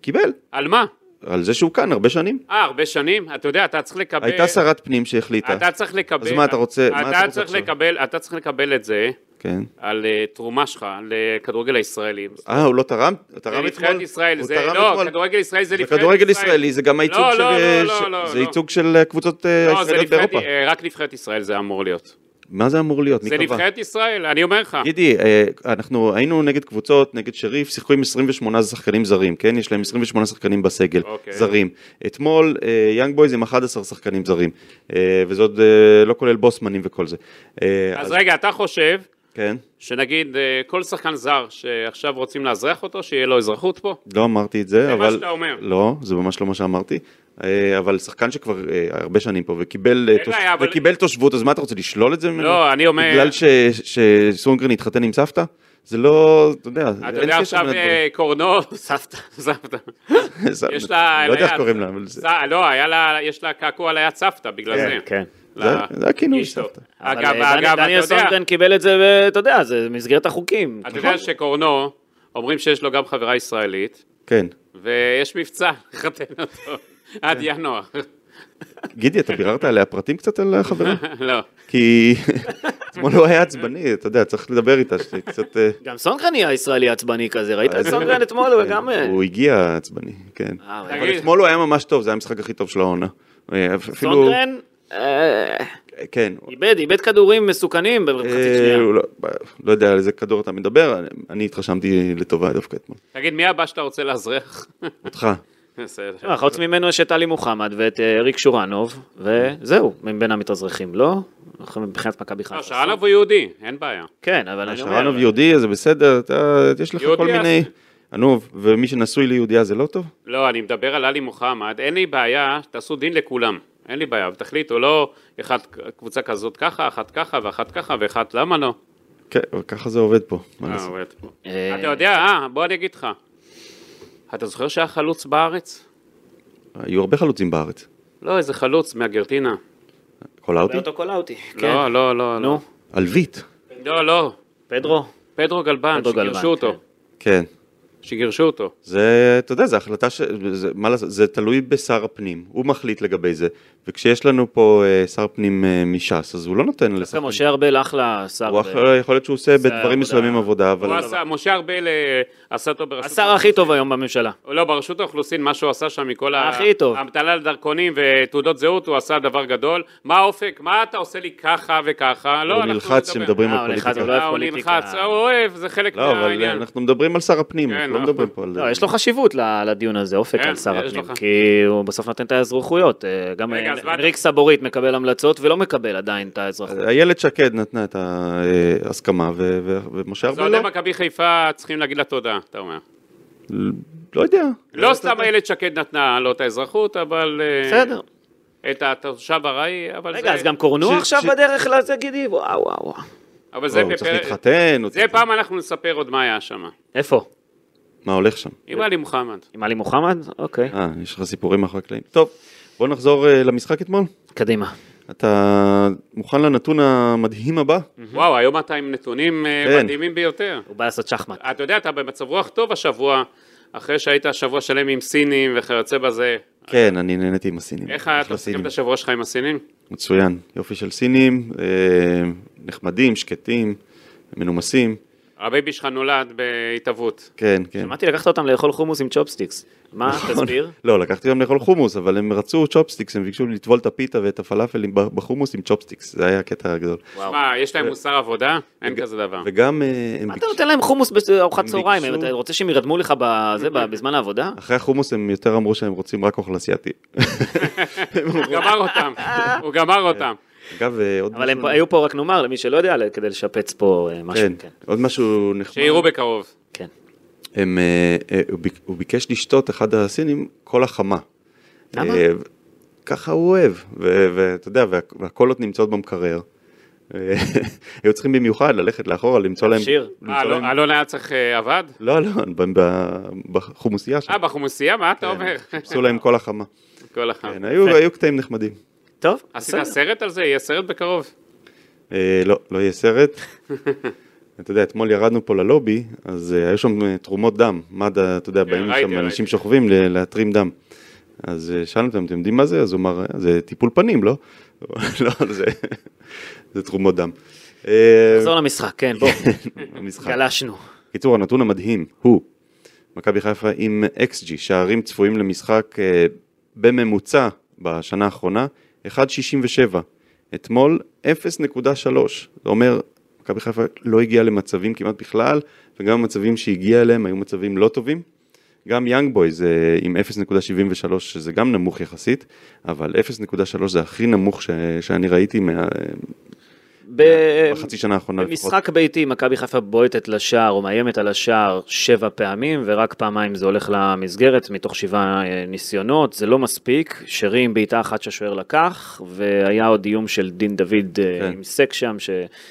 Speaker 3: קיבל.
Speaker 4: על מה?
Speaker 3: על זה שהוא כאן הרבה שנים.
Speaker 4: אה, הרבה שנים? אתה יודע, אתה צריך לקבל...
Speaker 3: הייתה שרת פנים שהחליטה.
Speaker 4: אה, אתה צריך לקבל...
Speaker 3: אז מה אתה רוצה- מה אתה רוצה
Speaker 4: צריך
Speaker 3: עכשיו?
Speaker 4: לקבל, אתה צריך לקבל את זה
Speaker 3: כן.
Speaker 4: על אה, תרומה שלך לכדורגל הישראלי.
Speaker 3: אה, הוא לא תרם? הוא
Speaker 4: זה
Speaker 3: תרם
Speaker 4: נבחרת
Speaker 3: אתמול?
Speaker 4: ישראל,
Speaker 3: הוא
Speaker 4: זה
Speaker 3: תרם
Speaker 4: לא,
Speaker 3: אתמול?
Speaker 4: כדורגל ישראל זה
Speaker 3: זה
Speaker 4: נבחרת ישראל.
Speaker 3: כדורגל ישראלי, זה גם הייצוג
Speaker 4: לא,
Speaker 3: של...
Speaker 4: לא,
Speaker 3: אה,
Speaker 4: לא,
Speaker 3: ש-
Speaker 4: לא, לא,
Speaker 3: זה
Speaker 4: לא.
Speaker 3: ייצוג של אה, קבוצות אה,
Speaker 4: לא, זה
Speaker 3: ישראלית
Speaker 4: נבחרת,
Speaker 3: באירופה.
Speaker 4: אה, רק נבחרת ישראל זה אמור להיות.
Speaker 3: מה זה אמור להיות? מי
Speaker 4: זה
Speaker 3: קבע?
Speaker 4: נבחרת ישראל, אני אומר לך.
Speaker 3: גידי, אה, אנחנו היינו נגד קבוצות, נגד שריף, שיחקו עם 28 שחקנים זרים, כן? יש להם 28 שחקנים בסגל,
Speaker 4: אוקיי.
Speaker 3: זרים. אתמול, אה, יאנג בויז עם 11 שחקנים זרים, אה, וזה עוד אה, לא כולל בוסמנים וכל זה. אה,
Speaker 4: אז רגע, אתה חושב
Speaker 3: כן,
Speaker 4: שנגיד אה, כל שחקן זר שעכשיו רוצים לאזרח אותו, שיהיה לו אזרחות פה?
Speaker 3: לא אמרתי את זה,
Speaker 4: זה
Speaker 3: אבל...
Speaker 4: מה שאתה אומר.
Speaker 3: לא, זה ממש לא מה שאמרתי. אה, אבל שחקן שכבר אה, הרבה שנים פה וקיבל, אה,
Speaker 4: אין
Speaker 3: תוש...
Speaker 4: בעיה, אבל-
Speaker 3: וקיבל תושבות, אז מה אתה רוצה, לשלול את זה ממנו?
Speaker 4: לא, אני אומר-
Speaker 3: בגלל ש... שסונגרן התחתן עם סבתא? זה לא, אתה יודע,
Speaker 4: אתה יודע עכשיו אה, קורנו, [laughs] סבתא, סבתא. יש לה...
Speaker 3: לא יודע איך
Speaker 4: היה-
Speaker 3: קוראים לה, אבל זה...
Speaker 4: ס- לא, היה לה, יש לה קעקוע על היד סבתא, בגלל זה.
Speaker 2: כן.
Speaker 4: לה-
Speaker 3: זה- זה הכינוי
Speaker 4: אשתו.
Speaker 3: סבתא.
Speaker 2: אבל,
Speaker 4: אגב,
Speaker 2: אה, דני-
Speaker 4: אגב, אתה
Speaker 2: דניאל
Speaker 4: יודע,
Speaker 2: סונגרן קיבל את זה, ב- אתה יודע, זה במסגרת החוקים.
Speaker 4: אתה יודע שקורנו, אומרים שיש לו גם חברה ישראלית,
Speaker 3: כן.
Speaker 4: ויש מבצע [laughs] לחתן אותו עד ינואר. [laughs]
Speaker 3: גידי, אתה ביררת עליה פרטים קצת על החברים?
Speaker 4: לא.
Speaker 3: כי [laughs] אתמול הוא היה עצבני, אתה יודע, צריך לדבר איתה, שהיא קצת... אה,
Speaker 2: גם סונגרן נהיה ישראלי עצבני כזה, ראית את סונגרן אתמול? הוא גם... אה,
Speaker 3: הוא הגיע עצבני, כן.
Speaker 2: אה,
Speaker 3: אבל
Speaker 4: תגיד.
Speaker 3: אתמול הוא היה ממש טוב, זה היה המשחק הכי טוב של העונה. אה, אפילו...
Speaker 2: סונגרן אה,
Speaker 3: כן.
Speaker 2: איבד, איבד כדורים מסוכנים במחצית
Speaker 3: אה,
Speaker 2: שנייה.
Speaker 3: הוא לא- לא יודע על איזה כדור אתה מדבר, אני- אני התרשמתי לטובה דווקא אתמול.
Speaker 4: תגיד, מי הבא שאתה רוצה לאזרח? [laughs]
Speaker 3: אותך.
Speaker 4: בסדר.
Speaker 3: אה,
Speaker 2: תשמע, אה, חוץ ממנו יש את עלי מוחמד ואת אה, אריק שורנוב, וזהו, מבין המתאזרחים, לא? אנחנו מבחינת מכבי
Speaker 4: לא,
Speaker 2: חיפה.
Speaker 4: שרנוב הוא יהודי, אין בעיה.
Speaker 2: כן, אבל אני אומר...
Speaker 3: שרנוב יהודי, זה בסדר, אתה- יש לך כל
Speaker 4: יהודי,
Speaker 3: מיני... ענוב, ומי שנשוי ליהודייה זה לא טוב?
Speaker 4: לא, אני מדבר על עלי מוחמד, אין לי בעיה, תעשו דין לכולם. אין לי בעיה, ותחליטו, לא אחת קבוצה כזאת ככה, אחת ככה ואחת ככה ואחת למה לא?
Speaker 3: כן, אבל ככה זה עובד פה. מה
Speaker 4: אה,
Speaker 3: לעשות?
Speaker 4: עובד פה.
Speaker 2: אה,
Speaker 4: אתה יודע, אה, בוא אני אגיד לך. אתה זוכר שהיה חלוץ בארץ?
Speaker 3: היו הרבה חלוצים בארץ.
Speaker 4: לא, איזה חלוץ מהגרטינה.
Speaker 3: קולאוטי?
Speaker 2: אותו קולע אותי. כן.
Speaker 4: לא, לא, לא,
Speaker 2: נו,
Speaker 4: לא.
Speaker 3: אלווית.
Speaker 4: לא, לא.
Speaker 2: פדרו? אוקיי,
Speaker 4: פדרו גלבן,
Speaker 2: פדרו גלבן,
Speaker 4: שגירשו אותו.
Speaker 3: כן.
Speaker 4: שגירשו אותו.
Speaker 3: זה, אתה יודע, זו החלטה ש... זה, מה לעשות, זה תלוי בשר הפנים, הוא מחליט לגבי זה. וכשיש לנו פה אה, שר פנים אה, מש"ס, אז הוא לא נותן
Speaker 2: דווקא
Speaker 3: לשחקנים.
Speaker 2: משה ארבל אחלה שר.
Speaker 3: הוא
Speaker 2: ב-
Speaker 3: אחר, יכול להיות שהוא עושה
Speaker 2: עבודה.
Speaker 3: בדברים מסוימים עבודה, אבל...
Speaker 4: הוא עשה, משה ארבל אה, עשה אותו ברשות...
Speaker 2: השר הכי טוב היום בממשלה.
Speaker 4: לא, ברשות האוכלוסין, מה שהוא עשה שם מכל ה-
Speaker 2: הכי טוב.
Speaker 4: ההמתנה לדרכונים ותעודות זהות, הוא עשה דבר גדול. מה האופק? מה אתה עושה לי ככה וככה? לא,
Speaker 3: הוא
Speaker 4: אנחנו
Speaker 3: נלחץ
Speaker 4: נדבר.
Speaker 3: כשמדברים
Speaker 2: אה,
Speaker 3: על
Speaker 2: הוא נלחץ, הוא
Speaker 3: פוליטיקה.
Speaker 2: לא אוהב
Speaker 4: אה, הוא
Speaker 2: פוליטיקה.
Speaker 4: נלחץ, הוא אוהב, זה חלק
Speaker 3: לא, אבל
Speaker 4: מהעניין.
Speaker 3: אנחנו מדברים על שר הפנים,
Speaker 4: כן,
Speaker 3: אנחנו לא
Speaker 4: אנחנו-
Speaker 3: מדברים פה על...
Speaker 2: לא, יש לו חשיבות ל- לדיון הזה, אופק
Speaker 4: כן,
Speaker 2: על שר
Speaker 4: יש
Speaker 2: הפנים,
Speaker 4: לך.
Speaker 2: כי הוא בסוף נותן את האזרחויות. אה, גם
Speaker 4: רגע,
Speaker 2: אה,
Speaker 4: אז מה אתה-
Speaker 2: אנריק סבורית מקבל המלצות ולא מקבל עדיין את האזרחות.
Speaker 3: איילת שקד נתנה את ההסכמה, ו- ו- ומשה
Speaker 4: אז
Speaker 3: ארבל
Speaker 4: אוהדי
Speaker 3: לא.
Speaker 4: מכבי חיפה צריכים להגיד לה תודה, אתה אומר.
Speaker 3: לא יודע.
Speaker 4: לא סתם איילת שקד נתנה לו את האזרחות, אבל... אה,
Speaker 2: בסדר.
Speaker 4: את התושב ארעי, אבל זה...
Speaker 2: רגע, אז גם קורנו
Speaker 3: ש-
Speaker 2: עכשיו
Speaker 3: ש-
Speaker 2: בדרך לזה, גידי? וואו, וואו, וואו.
Speaker 4: אבל
Speaker 3: לא,
Speaker 4: זה
Speaker 3: הוא צריך
Speaker 4: בפרק-
Speaker 3: להתחתן, הוא
Speaker 4: זה
Speaker 3: צריך-
Speaker 4: פעם אנחנו נספר עוד מה היה שם.
Speaker 2: איפה?
Speaker 3: מה הולך שם?
Speaker 4: עם עלי מוחמד.
Speaker 2: עם עלי מוחמד? אוקיי.
Speaker 3: אה, יש לך סיפורים מאחורי הקלעים. טוב, בוא נחזור אה, למשחק אתמול.
Speaker 2: קדימה.
Speaker 3: אתה מוכן לנתון המדהים הבא?
Speaker 4: וואו, היום אתה עם נתונים אה,
Speaker 3: כן.
Speaker 4: מדהימים ביותר.
Speaker 2: הוא בא לעשות שחמט.
Speaker 4: אתה יודע, אתה במצב רוח טוב השבוע, אחרי שהיית שבוע שלם עם סינים וכיוצא בזה.
Speaker 3: כן, אני נהניתי עם הסינים.
Speaker 4: איך
Speaker 3: אחלה
Speaker 4: אתה מסכים
Speaker 3: סינים.
Speaker 4: את השבוע שלך עם הסינים?
Speaker 3: מצוין, יופי של סינים, אה, נחמדים, שקטים, מנומסים.
Speaker 4: הבייבי שלך נולד בהתהוות.
Speaker 3: כן, כן.
Speaker 2: שמעתי, לקחת אותם לאכול חומוס עם צ'ופסטיקס. מה,
Speaker 3: [laughs]
Speaker 2: תסביר?
Speaker 3: לא, לקחתי אותם לאכול חומוס, אבל הם רצו צ'ופסטיקס, הם ביקשו לטבול את הפיתה ואת הפלאפל עם- בחומוס עם צ'ופסטיקס, זה היה הקטע הגדול.
Speaker 2: וואו.
Speaker 4: מה, יש להם מוסר עבודה? אין כזה דבר.
Speaker 3: וגם אה, הם
Speaker 2: מה אתה
Speaker 3: ביקשו...
Speaker 2: נותן להם חומוס בארוחת
Speaker 3: הם
Speaker 2: צהריים?
Speaker 3: ביקשו-
Speaker 2: אתה רוצה שהם ירדמו לך בזה, בזמן העבודה?
Speaker 3: אחרי החומוס הם יותר אמרו שהם רוצים רק אוכל אסייתי.
Speaker 4: הוא גמר אותם, הוא גמר אותם.
Speaker 3: [laughs]
Speaker 2: כן.
Speaker 3: אגב, אה, עוד
Speaker 2: אבל הם
Speaker 3: משהו-
Speaker 2: פה- היו פה, רק נאמר, למי שלא יודע, כדי לשפץ פה אה, משהו.
Speaker 3: כן,
Speaker 2: כן,
Speaker 3: עוד משהו נחמד.
Speaker 4: שיראו בקרוב.
Speaker 2: כן.
Speaker 3: הם, אה, אה, הוא ביק- הוא ביקש לשתות, אחד הסינים, קולה חמה.
Speaker 2: למה?
Speaker 3: אה, ו- ככה הוא אוהב, ו- ואתה יודע, וה- והקולות נמצאות במקרר. אה, [laughs] היו צריכים במיוחד ללכת לאחורה, למצוא להם...
Speaker 2: שיר.
Speaker 3: למצוא
Speaker 4: אה,
Speaker 3: להם-
Speaker 4: אלון- אלון היה צריך אה, עבד?
Speaker 3: לא, לא, ב- ב- בחומוסייה שם.
Speaker 4: אה, בחומוסייה? מה
Speaker 2: כן.
Speaker 4: אתה אומר? [laughs]
Speaker 3: חיפשו להם קולה חמה.
Speaker 4: כל החם.
Speaker 3: כן, היו היו קטעים נחמדים.
Speaker 2: טוב,
Speaker 4: עשית
Speaker 2: בסדר.
Speaker 4: סרט על זה? יהיה סרט בקרוב.
Speaker 3: אה, לא, לא יהיה סרט.
Speaker 4: [laughs]
Speaker 3: אתה יודע, אתמול ירדנו פה ללובי, אז אה, היו שם אה, תרומות דם. מד"א, אתה יודע, באים
Speaker 4: כן, ראיתי,
Speaker 3: שם אנשים
Speaker 4: ראיתי.
Speaker 3: שוכבים ל- להתרים דם. אז אה, שאלנו אותם, אתם יודעים מה זה? אז הוא אמר, "אה, זה טיפול פנים, לא? [laughs] לא, זה- זה תרומות דם. אה, [laughs]
Speaker 2: נחזור למשחק, כן, בוא,
Speaker 3: המשחק.
Speaker 2: גלשנו.
Speaker 3: קיצור, הנתון המדהים הוא, מכבי חיפה עם XG, שערים צפויים למשחק אה, בממוצע בשנה האחרונה, 1.67. אתמול, 0.3. זה אומר, מכבי חיפה לא הגיעה למצבים כמעט בכלל, וגם המצבים שהגיעה אליהם היו מצבים לא טובים. גם יאנג בוי זה עם 0.73, שזה גם נמוך יחסית, אבל 0.3 זה הכי נמוך ש... שאני ראיתי מה... אה,
Speaker 2: ב-
Speaker 3: בחצי שנה האחרונה לפחות.
Speaker 2: אה, במשחק ביתי, מכבי חיפה בועטת לשער או מאיימת על השער שבע פעמים, ורק פעמיים זה הולך למסגרת מתוך שבעה אה, ניסיונות, זה לא מספיק. שרי עם בעיטה אחת שהשוער לקח, והיה עוד איום של דין דוד אה,
Speaker 3: כן.
Speaker 2: עם סק שם, ש...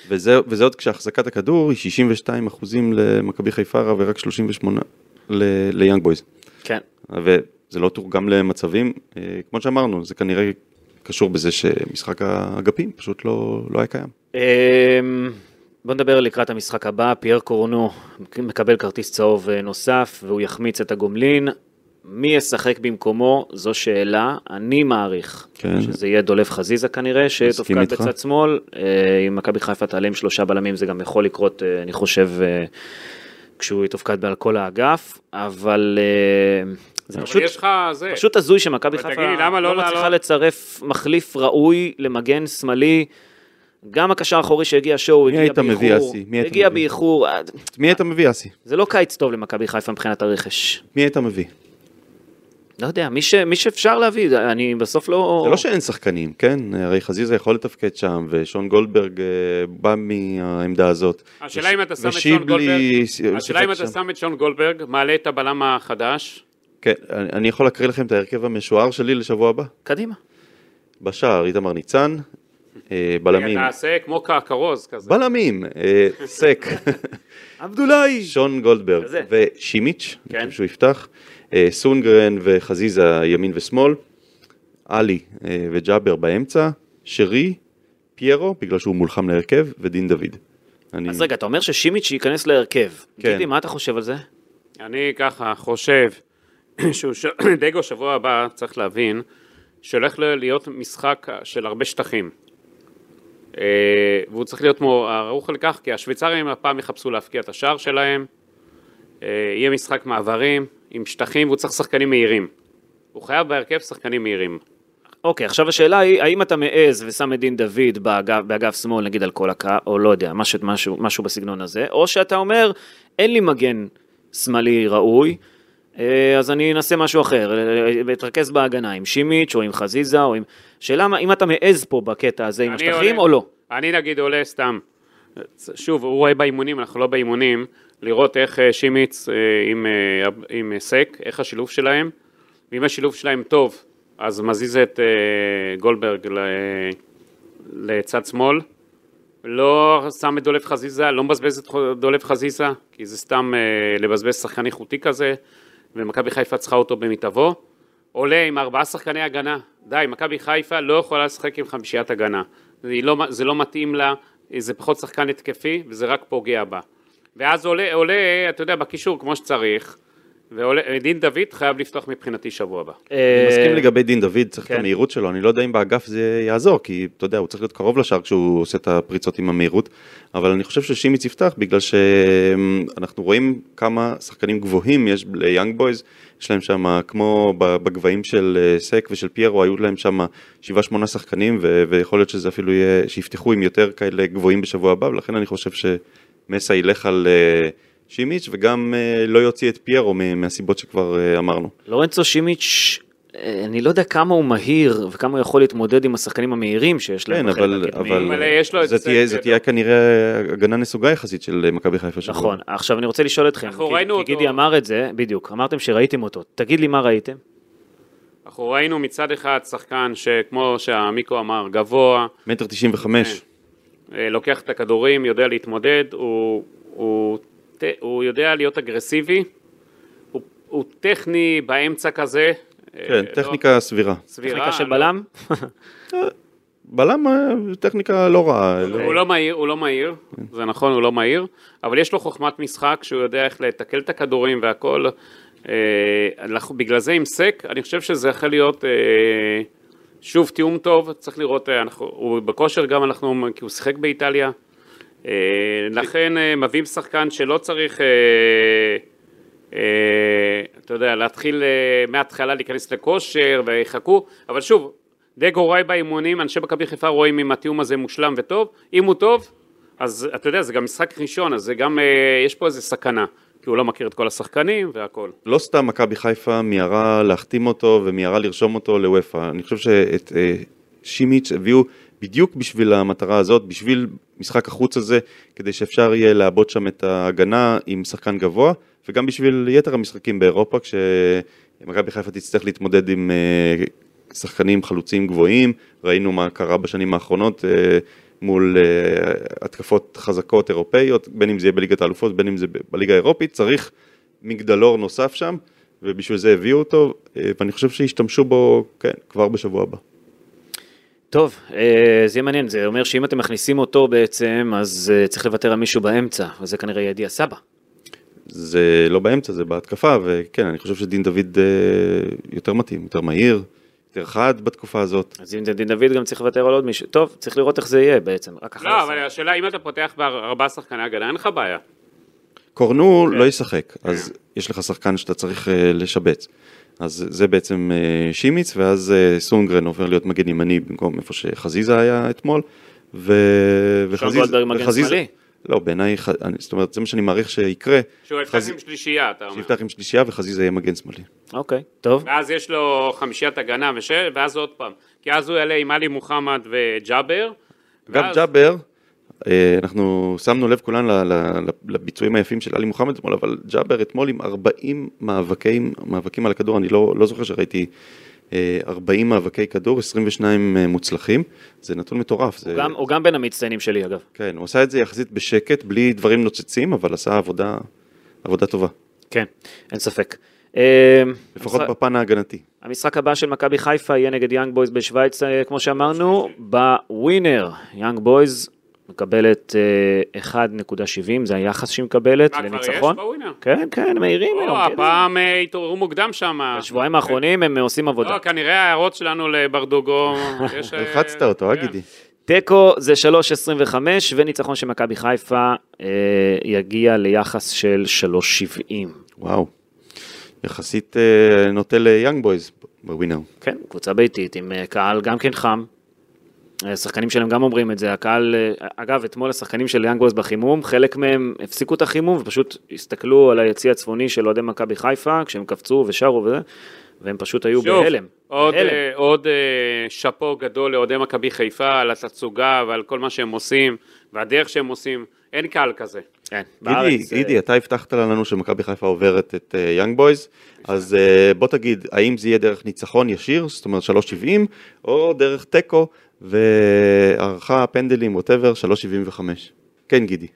Speaker 3: וזה, וזה עוד כשהחזקת הכדור היא 62 אחוזים למכבי חיפה ורק 38 ל- ליאנג בויז.
Speaker 2: כן.
Speaker 3: וזה לא תורגם למצבים, אה, כמו שאמרנו, זה כנראה קשור בזה שמשחק האגפים פשוט לא, לא היה קיים.
Speaker 2: אמ, בוא נדבר לקראת המשחק הבא, פייר קורנו מקבל כרטיס צהוב אה, נוסף והוא יחמיץ את הגומלין. מי ישחק במקומו? זו שאלה. אני מעריך
Speaker 3: כן.
Speaker 2: שזה יהיה דולף חזיזה כנראה,
Speaker 3: מסכים
Speaker 2: שתופקד
Speaker 3: איתך.
Speaker 2: בצד שמאל. אה, אם מכבי חיפה תעלה עם שלושה בלמים זה גם יכול לקרות, אה, אני חושב, אה, כשהוא יתופקד על כל האגף, אבל אה, זה
Speaker 4: אבל
Speaker 2: פשוט...
Speaker 4: יש לך זה.
Speaker 2: פשוט הזוי שמכבי
Speaker 4: אבל
Speaker 2: חיפה
Speaker 4: תגיד לי, למה לא
Speaker 2: לא מצליחה
Speaker 4: לעלות?
Speaker 2: לצרף מחליף ראוי למגן שמאלי. גם הקשר האחורי שהגיע שואו
Speaker 3: מי
Speaker 2: הגיע
Speaker 3: היית
Speaker 2: באיחור.
Speaker 3: מביא, אסי? מי היית
Speaker 2: הגיע
Speaker 3: מביא?
Speaker 2: באיחור. אה,
Speaker 3: את מי היית מביא, אסי?
Speaker 2: זה לא קיץ טוב למכבי חיפה מבחינת הרכש.
Speaker 3: מי היית מביא?
Speaker 2: לא יודע, מי, ש... מי שאפשר להביא, זה- אני בסוף לא...
Speaker 3: זה לא שאין שחקנים, כן? הרי חזיזה יכול לתפקד שם, ושון גולדברג אה, בא מהעמדה הזאת.
Speaker 4: השאלה אם אתה שם את שון
Speaker 3: ושיבלי
Speaker 4: גולדברג-
Speaker 3: ש-
Speaker 4: השאלה אם
Speaker 3: שיחק
Speaker 4: אתה
Speaker 3: שם.
Speaker 4: שם את שון גולדברג, מעלה את הבלם החדש,
Speaker 3: כן, אני אני יכול להקריא לכם את ההרכב המשוער שלי לשבוע הבא.
Speaker 2: קדימה.
Speaker 3: בשער איתמר ניצן, אה, בלמים,
Speaker 4: תעשה כמו כרוז כזה.
Speaker 3: בלמים, אה, סק,
Speaker 2: [laughs] עבדולאי!
Speaker 3: שון גולדברג
Speaker 2: כזה.
Speaker 3: ושימיץ',
Speaker 2: כן.
Speaker 3: אני חושב שהוא יפתח, אה, סונגרן וחזיזה ימין ושמאל, עלי אה, וג'אבר באמצע, שרי, פיירו, בגלל שהוא מולחם להרכב, ודין דוד. אני-
Speaker 2: אז רגע, אתה אומר ששימיץ' ייכנס להרכב.
Speaker 3: כן.
Speaker 2: גידי, מה אתה חושב על זה?
Speaker 4: אני ככה חושב שהוא ש... [clears throat] דגו שבוע הבא צריך להבין שהולך ל- להיות משחק של הרבה שטחים. אה, והוא צריך להיות מו- ערוך לכך כי השוויצרים הפעם יחפשו להפקיע את השער שלהם. אה, יהיה משחק מעברים עם שטחים והוא צריך שחקנים מהירים. הוא חייב בהרכב שחקנים מהירים.
Speaker 2: אוקיי, עכשיו השאלה היא, האם אתה מעז ושם את דין דוד באגף, באגף שמאל, נגיד על כל הקו, או לא יודע, משהו, משהו, משהו בסגנון הזה, או שאתה אומר, אין לי מגן שמאלי ראוי, אה, אז אני אנסה משהו אחר, אה, אתרכז בהגנה עם שימיץ' או עם חזיזה, או עם... שאלה מה- אם אתה מעז פה בקטע הזה עם
Speaker 4: אני
Speaker 2: השטחים
Speaker 4: עולה-
Speaker 2: או לא.
Speaker 4: אני נגיד עולה סתם. שוב, הוא רואה באימונים, אנחנו לא באימונים, לראות איך אה, שימיץ אה, עם, אה, עם אה, סק, איך השילוב שלהם, ואם השילוב שלהם טוב, אז מזיז את אה, גולדברג ל, לצד שמאל. לא שם את דולף חזיזה, לא מבזבז את חו- דולף חזיזה, כי זה סתם אה, לבזבז שחקן איכותי כזה, ומכבי חיפה צריכה אותו במיטבו. עולה עם ארבעה שחקני הגנה. די, מכבי חיפה לא יכולה לשחק עם חמישיית הגנה. זה לא, זה לא מתאים לה, זה פחות שחקן התקפי, וזה רק פוגע בה. ואז עולה, עולה, אתה יודע, בקישור כמו שצריך, ודין דוד חייב לפתוח מבחינתי שבוע הבא.
Speaker 3: אני
Speaker 2: אה,
Speaker 3: מסכים לגבי דין דוד, צריך את
Speaker 2: כן.
Speaker 3: המהירות שלו, אני לא יודע אם באגף זה יעזור, כי אתה יודע, הוא צריך להיות קרוב לשער כשהוא עושה את הפריצות עם המהירות, אבל אני חושב ששימיץ יפתח, בגלל שאנחנו רואים כמה שחקנים גבוהים יש ליאנג בויז, יש להם שם, כמו ב- בגבהים של אה, סק ושל פיירו, היו להם שם 7-8 שחקנים, ו- ויכול להיות שזה אפילו יהיה, שיפתחו עם יותר כאלה גבוהים בשבוע הבא, ולכן אני חושב שמסה ילך על... אה, שימיץ' וגם אה, לא יוציא את פיירו מ- מהסיבות שכבר אה, אמרנו.
Speaker 2: לורנצו שימיץ', אה, אני לא יודע כמה הוא מהיר וכמה הוא יכול להתמודד עם השחקנים המהירים שיש להם.
Speaker 3: כן,
Speaker 2: בחלק
Speaker 3: אבל,
Speaker 2: הקדמי.
Speaker 3: אבל
Speaker 4: אבל יש לו את
Speaker 3: זה,
Speaker 4: זה,
Speaker 3: תהיה,
Speaker 4: כן.
Speaker 3: זה תהיה כנראה הגנה נסוגה יחסית של אה, מכבי חיפה שבוע.
Speaker 2: נכון, עכשיו אני רוצה לשאול אתכם,
Speaker 4: אנחנו
Speaker 2: כי-
Speaker 4: ראינו
Speaker 2: כי
Speaker 4: אותו.
Speaker 2: גידי אמר את זה, בדיוק, אמרתם שראיתם אותו, תגיד לי מה ראיתם?
Speaker 4: אנחנו ראינו מצד אחד שחקן שכמו שהמיקו אמר, גבוה,
Speaker 3: מטר תשעים וחמש,
Speaker 4: אה, לוקח את הכדורים, יודע להתמודד, הוא, הוא, ט- הוא יודע להיות אגרסיבי, הוא, הוא טכני באמצע כזה. אה,
Speaker 3: כן,
Speaker 4: לא-
Speaker 3: טכניקה סבירה.
Speaker 4: סבירה,
Speaker 2: טכניקה של
Speaker 4: לא-
Speaker 2: בלם?
Speaker 3: בלם, אה, טכניקה לא רעה. לא-
Speaker 4: הוא לא מהיר, הוא לא מהיר, זה נכון, הוא לא מהיר, אבל יש לו חוכמת משחק שהוא יודע איך לתקל את הכדורים והכל. אה, אנחנו- בגלל זה עם סק, אני חושב שזה יכול להיות, אה, שוב, תיאום טוב, צריך לראות, אה, אנחנו- הוא בכושר גם, אנחנו, כי הוא שיחק באיטליה. אה, לכן אה, מביאים שחקן שלא צריך, אה, אה, אתה יודע, להתחיל אה, מההתחלה להיכנס לכושר ויחכו, אבל שוב, דגו ראי באימונים, אנשי מכבי חיפה רואים אם התיאום הזה מושלם וטוב, אם הוא טוב, אז אתה יודע, זה גם משחק ראשון, אז זה גם, אה, יש פה איזה סכנה, כי הוא לא מכיר את כל השחקנים והכל.
Speaker 3: לא סתם מכבי חיפה מיהרה להחתים אותו ומיהרה לרשום אותו לוופא. אני חושב שאת אה, שימיץ' הביאו בדיוק בשביל המטרה הזאת, בשביל משחק החוץ הזה, כדי שאפשר יהיה לעבות שם את ההגנה עם שחקן גבוה, וגם בשביל יתר המשחקים באירופה, כשמכבי חיפה תצטרך להתמודד עם אה, שחקנים חלוצים גבוהים, ראינו מה קרה בשנים האחרונות. אה, מול אה, התקפות חזקות אירופאיות, בין אם זה יהיה בליגת האלופות, בין אם זה ב- בליגה האירופית, צריך מגדלור נוסף שם, ובשביל זה הביאו אותו, אה, ואני חושב שישתמשו בו, כן, כבר בשבוע הבא.
Speaker 2: טוב, אה, זה יהיה מעניין, זה אומר שאם אתם מכניסים אותו בעצם, אז אה, צריך לוותר על מישהו באמצע, וזה כנראה יהיה דיה סבא.
Speaker 3: זה לא באמצע, זה בהתקפה, וכן, אני חושב שדין דוד אה, יותר מתאים, יותר מהיר, יותר חד בתקופה הזאת.
Speaker 2: אז אם זה דין דוד גם צריך לוותר על עוד מישהו, טוב, צריך לראות איך זה יהיה בעצם, רק אחרי
Speaker 4: לא,
Speaker 2: זה.
Speaker 4: אבל השאלה, אם אתה פותח בארבעה שחקני הגנה, אין לך בעיה.
Speaker 3: קורנו
Speaker 4: אוקיי.
Speaker 3: לא ישחק,
Speaker 4: כן.
Speaker 3: אז יש לך שחקן שאתה צריך אה, לשבץ. אז זה בעצם אה, שימיץ, ואז אה, סונגרן עובר להיות מגן ימני במקום איפה שחזיזה היה אתמול. ו... וחזיז-
Speaker 2: גולדברג מגן שמאלי.
Speaker 3: לא, בעיניי, ח- אני- זאת אומרת, זה מה שאני מעריך שיקרה,
Speaker 4: שהוא יפתח
Speaker 3: חזי-
Speaker 4: עם שלישייה, אתה אומר.
Speaker 3: שיפתח עם שלישייה וחזיזה יהיה מגן שמאלי.
Speaker 2: אוקיי, טוב,
Speaker 4: ואז יש לו חמישיית הגנה, וש... ואז עוד פעם. כי אז הוא יעלה עם עלי מוחמד וג'אבר.
Speaker 3: גם
Speaker 4: ואז-
Speaker 3: ג'אבר, אה, אנחנו שמנו לב כולנו ל- ל- ל- לביצועים היפים של עלי מוחמד אתמול, אבל ג'אבר אתמול עם 40 מאבקים, מאבקים על הכדור, אני לא, לא זוכר שראיתי אה, 40 מאבקי כדור, 22 אה, מוצלחים, זה נתון מטורף. זה,
Speaker 2: גם- הוא גם בין המצטיינים שלי אגב.
Speaker 3: כן, הוא עשה את זה יחסית בשקט, בלי דברים נוצצים, אבל עשה עבודה, עבודה טובה,
Speaker 2: כן, אין ספק. אה,
Speaker 3: לפחות
Speaker 2: המשחק-
Speaker 3: בפן ההגנתי.
Speaker 2: המשחק הבא של מכבי חיפה יהיה נגד יאנג בויז בשוויץ, אה, כמו שאמרנו, בווינר. יאנג בויז מקבלת אה, 1.70, זה היחס שהיא מקבלת
Speaker 4: מה, כבר
Speaker 2: לניצחון.
Speaker 4: יש בווינר?
Speaker 2: כן, כן, מהירים היום.
Speaker 4: או,
Speaker 2: כן.
Speaker 4: הפעם אה, התעוררו מוקדם שם.
Speaker 2: בשבועיים האחרונים הם אה, עושים עבודה.
Speaker 4: לא, כנראה ההערות שלנו
Speaker 3: [laughs]
Speaker 4: לברדוגו. יש, אה,
Speaker 3: הלחצת אותו, אה
Speaker 4: כן.
Speaker 3: גידי?
Speaker 2: תיקו זה 3.25 וניצחון של מכבי חיפה אה, יגיע ליחס של 3.70.
Speaker 3: וואו. יחסית אה, נוטה ליאנג בויז בווינר.
Speaker 2: כן, קבוצה ביתית עם אה, קהל גם כן חם. אה, השחקנים שלהם גם אומרים את זה, הקהל, אה, אגב, אתמול השחקנים של יאנג בויז בחימום, חלק מהם הפסיקו את החימום ופשוט הסתכלו על היציא הצפוני של אוהדי מכבי חיפה, כשהם קפצו ושרו וזה, והם פשוט היו
Speaker 4: שוב,
Speaker 2: בהלם.
Speaker 4: עוד,
Speaker 2: בהלם.
Speaker 4: אה, עוד אה, שאפו גדול לאוהדי מכבי חיפה על התצוגה ועל כל מה שהם עושים והדרך שהם עושים. אין קהל כזה.
Speaker 2: כן,
Speaker 3: גידי,
Speaker 2: בארץ, אה,
Speaker 3: גידי, אתה הבטחת לנו שמכבי חיפה עוברת את אה, יאנג בויז, אז אה, בוא תגיד, האם זה יהיה דרך ניצחון ישיר, זאת אומרת 3.70, או דרך תיקו, והערכה, פנדלים, ווטאבר, 3.75. כן,
Speaker 4: [laughs]
Speaker 3: גידי.